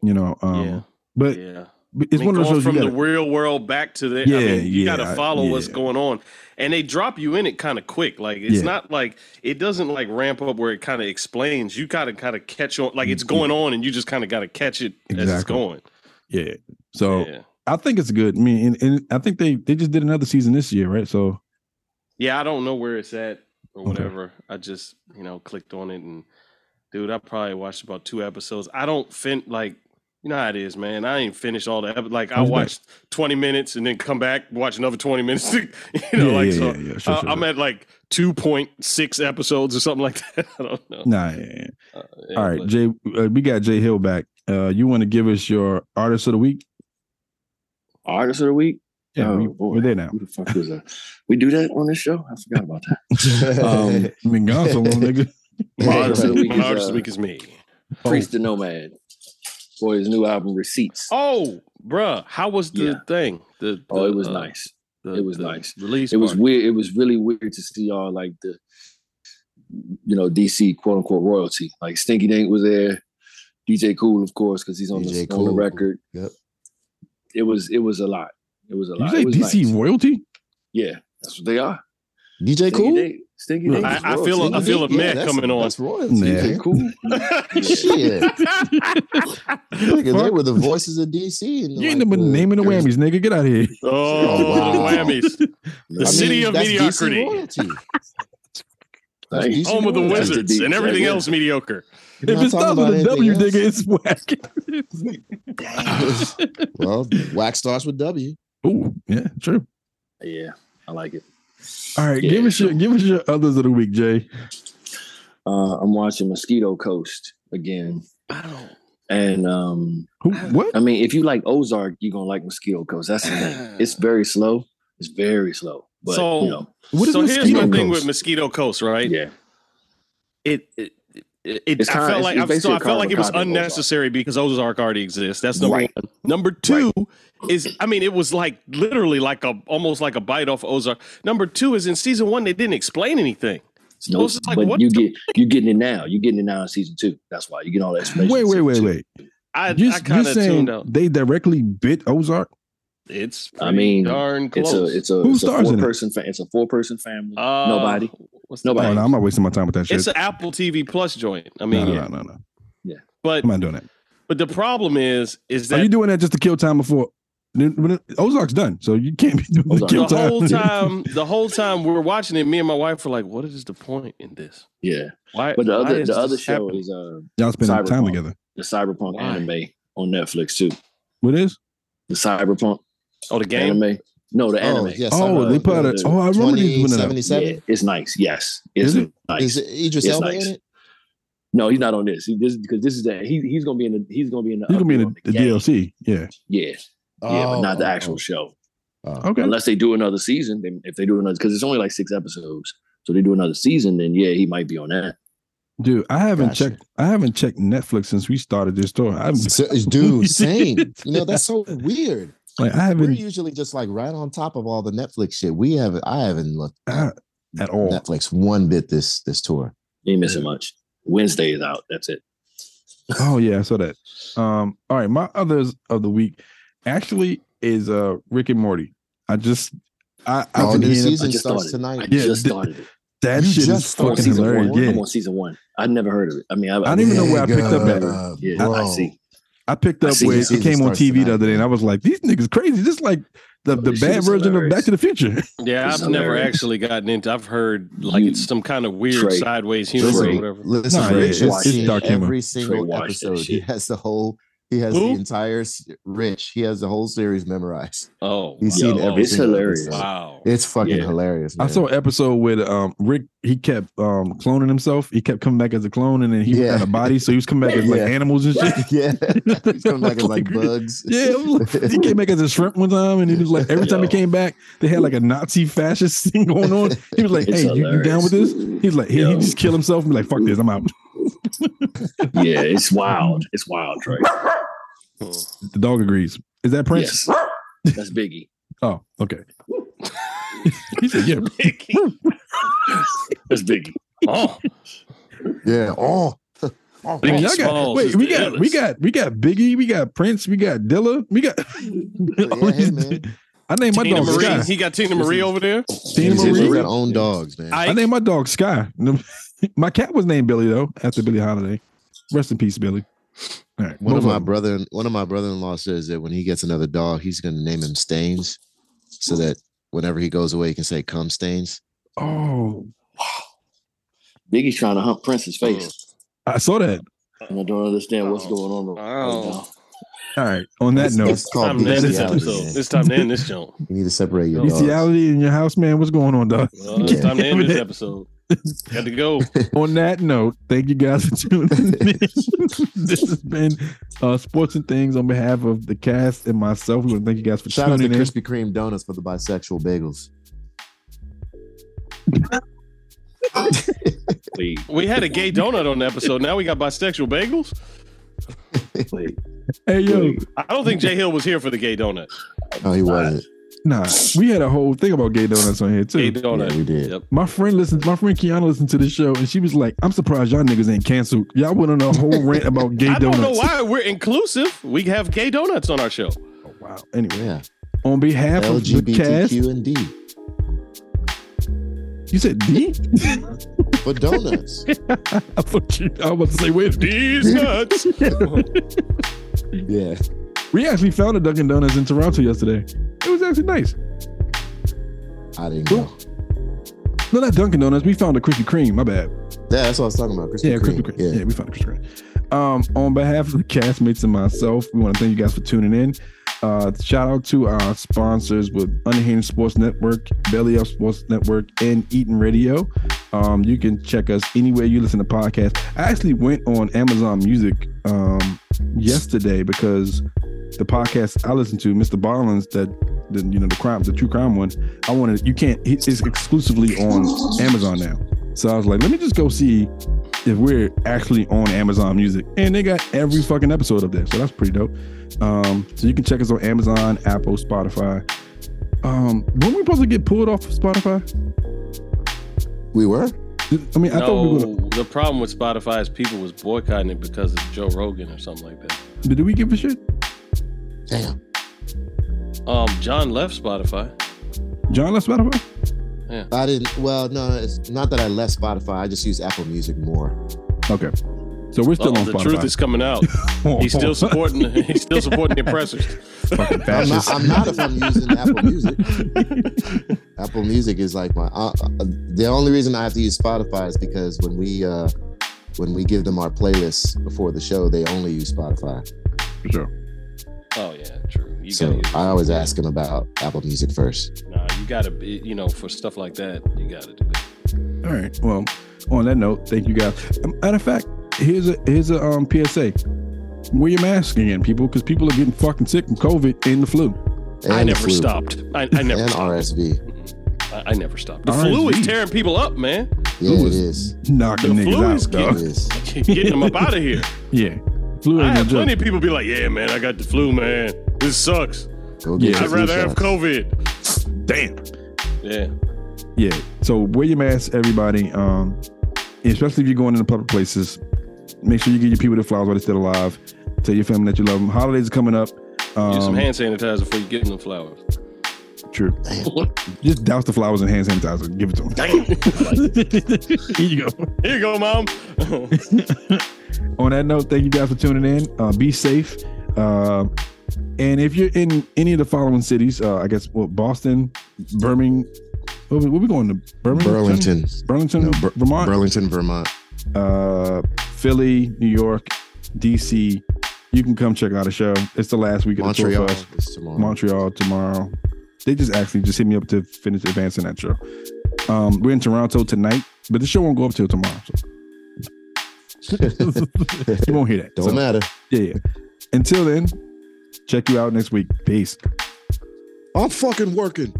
B: you know. Um,
E: yeah.
B: But
E: yeah.
B: but
E: I
B: it's
E: mean,
B: one of those
E: going
B: shows you
E: from
B: gotta,
E: the real world back to the.
B: Yeah,
E: I mean, you
B: yeah,
E: got
B: I-
E: to follow what's
B: yeah.
E: going on, and they drop you in it kind of quick. Like it's
B: Yeah.
E: not like it doesn't like ramp up where it kind of explains. You got to kind of catch on, like it's going on, and you just kind of got to catch it as it's
B: Exactly.
E: going.
B: yeah. So
E: Yeah,
B: I think it's good. I mean, and, and I think they they just did another season this year, right? So
E: yeah. I don't know where it's at or
B: Okay.
E: whatever. I just you know clicked on it and, dude, I probably watched about two episodes. I don't fin like. You know how it is, man. I ain't finished all the epi- like I
B: How's that?
E: watched [laughs] twenty minutes and then come back watch another twenty minutes. you know,
B: yeah,
E: like
B: [laughs] yeah,
E: so.
B: yeah, yeah, sure,
E: Uh,
B: sure,
E: I'm
B: sure.
E: at like 2.6 episodes or something like that. I don't know.
B: nah. yeah, yeah, yeah.
E: Uh, yeah,
B: All right,
E: but-
B: Jay, uh, we got Jay Hill back. Uh, you want to give us your artist of the week?
C: Artist of the week.
B: Yeah,
C: Oh,
B: we,
C: boy.
B: we're there now.
C: Who the fuck was that? We do that on this show? I forgot about that. Um,
B: We've been gone so long, nigga.
E: My
D: [laughs] Yeah,
E: artist
D: right.
E: of the week,
C: He's,
E: my artist of
C: uh,
E: the week is me.
C: Priest the Nomad for his new album Receipts. Oh,
E: Oh, bruh, how was the
C: Yeah. Oh,
E: thing? The, the,
C: it was
E: uh,
C: nice.
E: the-
C: It was
E: the
C: nice.
E: Release.
C: It was
E: weird.
C: weird. It was really weird to see all like the you know DC quote unquote royalty. Like Stinky Dink was there, DJ Cool of course because he's on
D: DJ
C: the on the
D: Kool.
C: record.
D: Yep.
C: It was it was a lot. It was a
B: You
C: lot.
B: say
C: It was
B: DC
C: nice.
B: royalty?
C: Yeah, that's what they are.
D: DJ
C: Stinky
D: Cool.
C: Dink- Stinky Dink.
E: I-
C: is
E: I feel a-
C: royalty.
E: I feel a
D: Yeah,
E: man
D: that's-
E: coming on.
D: That's royalty.
B: Nah.
D: man.
C: Cool.
D: Shit.
B: [laughs]
D: Nigga, they
B: Fuck.
D: were the voices of DC. And
B: You ain't
D: like,
B: even naming the whammies, nigga. Get out of here.
E: oh,
D: wow.
E: [laughs] the whammies.
D: [laughs]
E: The
C: I mean,
E: city of
D: that's
E: mediocrity. [laughs]
D: DC royalty. That's
C: Thanks.
D: DC
E: Home of the
D: royalty.
C: That's a
E: wizards
C: deep-
E: and everything
C: yeah.
E: else mediocre.
B: if
D: We're not
B: it
D: talking
B: starts
D: about
B: with a W,
D: anything
B: nigga, it's whack.
D: else. [laughs] well, wax starts with W.
B: Ooh, yeah, true.
C: yeah, I like it.
B: All right,
C: Yeah,
B: give us
C: sure.
B: your give us your others of the week, Jay.
C: Uh, I'm watching Mosquito Coast again.
E: I don't.
C: And um,
B: Who, what?
E: Uh,
C: I mean, if you like Ozark, you're gonna like Mosquito Coast. That's the
E: [laughs]
C: thing. It's very slow. It's very slow. But
E: So-
C: you know,
B: What is
E: so here's
B: Mosquito
E: my thing
B: Coast?
E: with Mosquito Coast, right?
C: yeah.
E: It it, it, it
C: It's
E: I
C: kinda-
E: felt
C: it's-
E: like
C: it's
E: I'm still,
C: basically
E: I
C: a
E: felt like it was
C: carbon copy of Ozark.
E: unnecessary because Ozark already exists. That's number
C: Right.
E: one. Number two is I mean it was like literally like a almost like a bite off Ozark. Number two is in season one they didn't explain anything. So
C: No,
E: it's just like
C: but
E: what
C: you
E: the-
C: get you're getting it now. You're getting it now in season two. That's why you get all that explanation.
B: Wait,
C: in
B: wait,
C: season
B: wait,
C: two.
B: wait.
E: I,
B: You're,
E: I
B: you're
E: kind of tuned out.
B: saying they directly bit Ozark?
E: It's
C: I
E: pretty
C: mean,
E: darn
C: It's
E: close.
C: a it's a,
B: Who
C: it's a
B: stars in it?
C: four person fa- it's a four person family.
E: Uh,
C: Nobody.
E: What's the
C: Nobody.
B: Oh,
E: name?
B: no, I'm not wasting my time with that shit.
E: It's an Apple TV Plus joint. I
B: no,
E: mean,
B: no,
E: yeah.
B: no, no, no.
E: but
B: I'm not doing that.
E: but the problem is is
B: Are
E: that
B: you doing that just to kill time before? then- when it- Ozark's done, so you can't be doing the
C: Ozark.
B: kill
E: the
B: time.
E: whole time
B: [laughs]
E: the whole time we were watching it, me and my wife were like, "What is the point in this?
C: Yeah.
E: Why?"
C: But the
E: why
C: other
E: is
C: the other
E: this
C: show
E: happening?"
C: is uh
B: Y'all spending time
C: Cyberpunk.
B: together.
C: the cyberpunk
E: Why?
C: anime on Netflix too.
B: What is?
C: The cyberpunk
E: oh the game.
C: anime. No, the anime.
D: yes.
B: oh,
D: I
B: they
D: know.
B: put it.
C: uh, the
B: Oh, I remember these winning up.
D: 2077?
C: Yeah, it's nice. Yes, it's
B: Is it?
C: nice.
D: Is it Idris
C: It's
D: Elba
C: nice.
D: in it?
C: No, he's not on this. He, this because this is that he, he's gonna be in the he's gonna be in the
B: He's gonna be in
C: update on
B: the, the
C: uh, game.
B: DLC. Yeah.
C: Yeah, yeah, but not the
D: Oh,
C: actual
D: oh,
C: show.
D: oh.
B: Okay.
C: Unless they do another season, they, if they do another because it's only like six episodes, so they do another season, then yeah, he might be on that.
B: Dude, I haven't
D: Gotcha.
B: checked. I haven't checked Netflix since we started this store. I haven't,
D: So-
B: [laughs]
D: dude, same. You know, that's so weird.
B: like I
D: We're
B: haven't
D: usually just like right on top of all the Netflix shit. We have I haven't looked
B: uh, at all.
D: Netflix one bit this this tour.
C: He ain't missing much. Wednesday is out. That's it.
B: Oh yeah, I saw that. Um, all right, my others of the week actually is uh Rick and Morty. I just I I've
D: All
B: been
D: new
B: hearing
D: season
C: I just
D: starts
C: started. I
D: tonight.
B: Yeah,
C: just
B: th-
C: started it.
B: that
D: You
B: shit
D: just
B: is
C: I'm
D: started
C: on
B: fucking
C: season
B: hilarious.
C: one. I'm
B: Yeah,
C: on season one. I'd never heard of it. I mean, I,
B: I don't even know where I picked up at.
D: Nigga,
C: Yeah,
B: I
C: see.
B: I picked
C: I
B: up
C: see
B: where
C: the
B: it
D: season
B: came on
D: starts
B: TV the
D: tonight,
B: other day, and I
D: man.
B: was like, these niggas crazy. Just like the the
C: This shit
B: bad
C: is
B: version of
C: hilarious.
B: Back to the Future.
E: Yeah,
C: It's
E: I've never
C: hilarious.
E: actually gotten into. I've heard like
C: You-
E: it's some kind of weird
C: Trey,
E: sideways humor
C: Trey,
E: or whatever.
B: [laughs]
D: Listen,
B: Nah,
D: Rick
B: it's-
D: has
C: it's
D: seen
B: dark humor.
D: every
C: Trey
D: single
C: watched that
D: episode. He
C: shit.
D: has the whole. He has
E: Who?
D: the entire s- Rich. He has the whole series memorized.
E: Oh,
D: He's
E: wow.
D: seen every
C: it's
D: single
C: hilarious.
D: episode.
E: Wow.
D: It's fucking
C: Yeah.
D: hilarious.
B: I
D: man.
B: saw an episode with um Rick. He kept um cloning himself. He kept coming back as a clone, and then he
D: Yeah.
B: had a body, so he was coming back as like
D: Yeah.
B: animals and
D: [laughs]
B: shit.
D: yeah, he's coming back as like
B: [laughs] Like,
D: bugs.
B: Yeah, it was like- he came back as a shrimp one time, and he was like, every time he
C: Yo.
B: came back, they had like a Nazi fascist [laughs] thing going on. He was like,
C: It's
B: "Hey, you, you down with this?" He's like, he, he
C: Yo.
B: just kill himself and be like, "Fuck this, I'm out."
C: yeah, it's wild. It's wild, Trey.
B: The dog agrees. Is that Prince?
C: Yes, that's Biggie.
B: Oh, okay. he said,
D: [laughs]
B: "Yeah."
C: That's Biggie.
E: Oh,
D: yeah. Oh, oh,
E: Biggie
B: Well, y'all got,
E: Smalls
B: wait,
E: is
B: we
E: the
B: got we
E: illest.
B: got we got Biggie, we got Prince, we got Dilla, we
D: [laughs]
B: got. [laughs] all
D: hey,
B: these-
D: man.
B: I named my
E: Tina
B: dog
E: Marie.
B: Sky.
E: He got Tina Marie over there.
B: Tina
D: These dudes
B: Marie.
D: got own dogs, man.
B: I
E: I,
B: named my dog Sky. [laughs] My cat was named Billy though after Billy Holiday. Rest in peace, Billy. All right,
D: One
B: both
D: of my
B: them.
D: brother, one of my brother-in-law says that when he gets another dog, he's going to name him Stains, so that whenever he goes away, he can say "Come Stains."
B: Oh,
C: Biggie's trying to hump Prince's face,
B: I saw that.
C: and I don't understand what's
E: Oh.
C: going on right now.
E: Oh.
B: All right. On that
D: That's-
B: note,
D: that's
E: time
D: called
E: to end this
D: bestiality.
E: episode.
D: man.
E: It's time to end this
D: [laughs]
E: joint.
D: You need to separate your dogs.
B: bestiality in your house, man. What's going on, dog?
E: Uh, it's time to end
B: With
E: this
B: that-
E: episode. Got to go.
B: on that note, thank you guys for tuning
E: [laughs]
B: in. this has been uh, Sports and Things on behalf of the cast and myself. We want to thank you guys for
D: Shout out to
B: tuning in.
D: Krispy Kreme donuts for the bisexual bagels.
C: Please,
E: We had a gay donut on the episode. Now we got bisexual bagels.
C: please.
B: Hey, yo.
E: I don't think Jay Hill was here for the gay donut.
D: No, Oh, he wasn't.
B: Nah, we had a whole thing about gay donuts on here,
E: Gay
B: too.
E: donut.
D: Yeah, we did.
E: Yep.
B: My friend listens. My friend Kiana listened to this show, and she was like, "I'm surprised y'all niggas ain't canceled. Y'all went on a
E: [laughs]
B: whole rant about gay
E: I don't
B: donuts."
E: know why we're inclusive. We have gay donuts on our show.
B: Oh, wow. Anyway,
D: Yeah.
B: on behalf of the cast,
D: LGBTQ and D
B: you said D. [laughs]
D: for donuts.
B: I thought you. I was about to say,
E: [laughs]
B: wait,
E: These nuts.
D: yeah.
B: We actually found a Dunkin' Donuts in Toronto yesterday. It was actually nice.
D: I didn't know.
B: No, not Dunkin' Donuts. We found a Krispy Kreme. My bad.
D: Yeah, that's what I was talking about. Krispy
B: Yeah,
D: Kreme.
B: Krispy Kreme.
D: Yeah.
B: Yeah. we found a Krispy Kreme. Um, on behalf of the castmates and myself, we want to thank you guys for tuning in. Uh, shout out to our sponsors with Unhinged Sports Network, Belly Up Sports Network, and Eaton Radio. Um, you can check us anywhere you listen to podcasts. I actually went on Amazon Music um, yesterday because the podcast I listened to, Mr. Barlins, that the you know the crime, the true crime one. I wanted you can't. It's exclusively on Amazon now. So I was like, let me just go see if we're actually on Amazon Music, and they got every fucking episode up there. So that's pretty dope. Um, so you can check us on Amazon, Apple, Spotify. Um, weren't we supposed to get pulled off of Spotify?
D: We were.
B: I mean, I thought we were. Gonna,
C: no, the problem with Spotify is people was boycotting it because it's Joe Rogan or something like that.
B: did we give a shit?
D: Damn.
C: Um, John left Spotify.
B: John left Spotify.
D: I didn't. Well, no, it's not that I left Spotify. I just use Apple Music more.
B: Okay, so we're still
C: Oh,
B: on
C: the
B: Spotify.
C: truth is [laughs]
B: [laughs]
C: coming out. He's still supporting. He's still supporting the oppressors.
B: fucking
D: [laughs] I'm not,
B: fascist.
D: I'm not
C: [laughs]
D: if I'm using Apple Music. Apple Music is like my. Uh, uh, the only reason I have to use Spotify is because when we uh, when we give them our playlists before the show, they only use Spotify.
B: For [laughs] sure.
C: Oh yeah, true. You
D: so
C: gotta,
D: I always ask them about Apple Music first.
C: Nah, you gotta. be- You know, for stuff like that, you gotta do that.
B: All right. Well, on that note, thank you guys. Um, Matter of fact, here's a here's a um, PSA. Wear your mask again, people, because people are getting fucking sick from COVID and the flu.
D: And
C: I
D: the
C: never
D: flu.
C: stopped. I, I never.
D: And
C: stopped.
D: RSV.
C: I, I never stopped. The
B: RSV.
C: flu is tearing people up, man.
D: Yeah,
B: Flu
D: it
B: is-
D: is.
B: Knocking
C: The
B: niggas
C: flu
B: out,
C: is
D: It
B: dog.
D: is.
C: Getting them up out
B: [laughs]
C: of here.
B: Yeah, flu
C: I
B: ain't no
C: have plenty
B: joke.
C: of people be like, "Yeah, man, I got the flu, man. This sucks.
D: Go get
B: Yeah.
D: your
C: I'd
D: flu
C: rather have
D: shot.
C: COVID."
B: Damn.
C: Yeah.
B: Yeah. So wear your mask, everybody. Um, especially if you're going into public places. Make sure you give your people the flowers while they're still alive. Tell your family that you love them. Holidays are coming up. Um,
C: Use some hand sanitizer before you give them the flowers.
B: True. Just douse the flowers in hand sanitizer. and Give it to them. [laughs] Here you go.
C: Here you go, mom.
B: [laughs] on that note, thank you guys for tuning in. Uh, be safe. Uh, and if you're in any of the following cities, uh, I guess well, Boston, Birmingham, where we, where we going to Birmingham,
D: Burlington.
B: Burlington,
D: No, Bur-
B: Vermont,
D: Burlington, Vermont.
B: uh, Philly, New York, DC. You can come check out the show. It's the last week of
D: Montreal.
B: the tour for us.
D: is tomorrow.
B: Montreal tomorrow. They just actually just hit me up to finish advancing that show. Um, we're in Toronto tonight, but the show won't go up till tomorrow. So. [laughs]
D: [laughs]
B: you won't hear that.
D: Don't
B: So-
D: matter.
B: yeah, yeah. Until then, check you out next week. Peace.
D: I'm fucking working.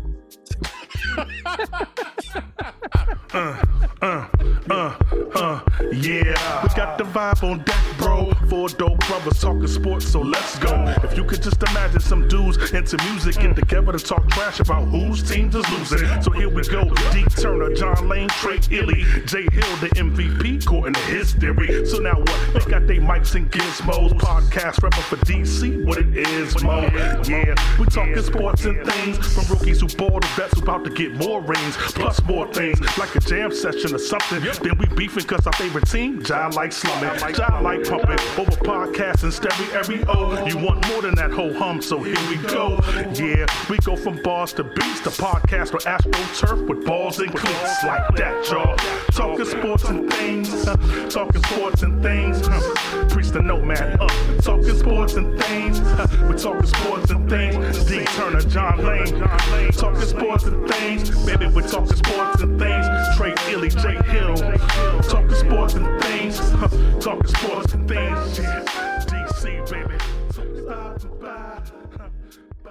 E: uh, uh, uh, yeah. We got the vibe on deck, bro. Four dope brothers talking sports, so let's go. If you could just imagine some dudes into music get together to talk trash about whose teams is losing. So here we go. Deke Turner, John Lane, Trey Illy, Jay Hill, the MVP, caught in history. So now what? They got they mics and gizmos. Podcast rapper for DC, what it is, mo. Yeah, we talking sports and things from rookies who ball to vets who about to get more rings, plus more things like a jam session or something. Then we beefing cause our favorite team, Jai like slumming, Jai like pumping over podcasts and stereo. You want more than that whole hum, so here we go. Yeah, we go from bars to beats to podcasts for Astro Turf with balls and cleats like that, y'all. Talking sports and things, huh? talking sports and things. huh? Preach the nomad up, talking sports and things. huh? We talking sports and things. D Turner, John Lane, talking sports and things. Baby, we talking sports and things. Trey Illy, Jay Hill, talking sports and things. huh? Talking sports and things. Yeah. DC, baby. Bye, bye, huh? bye, bye.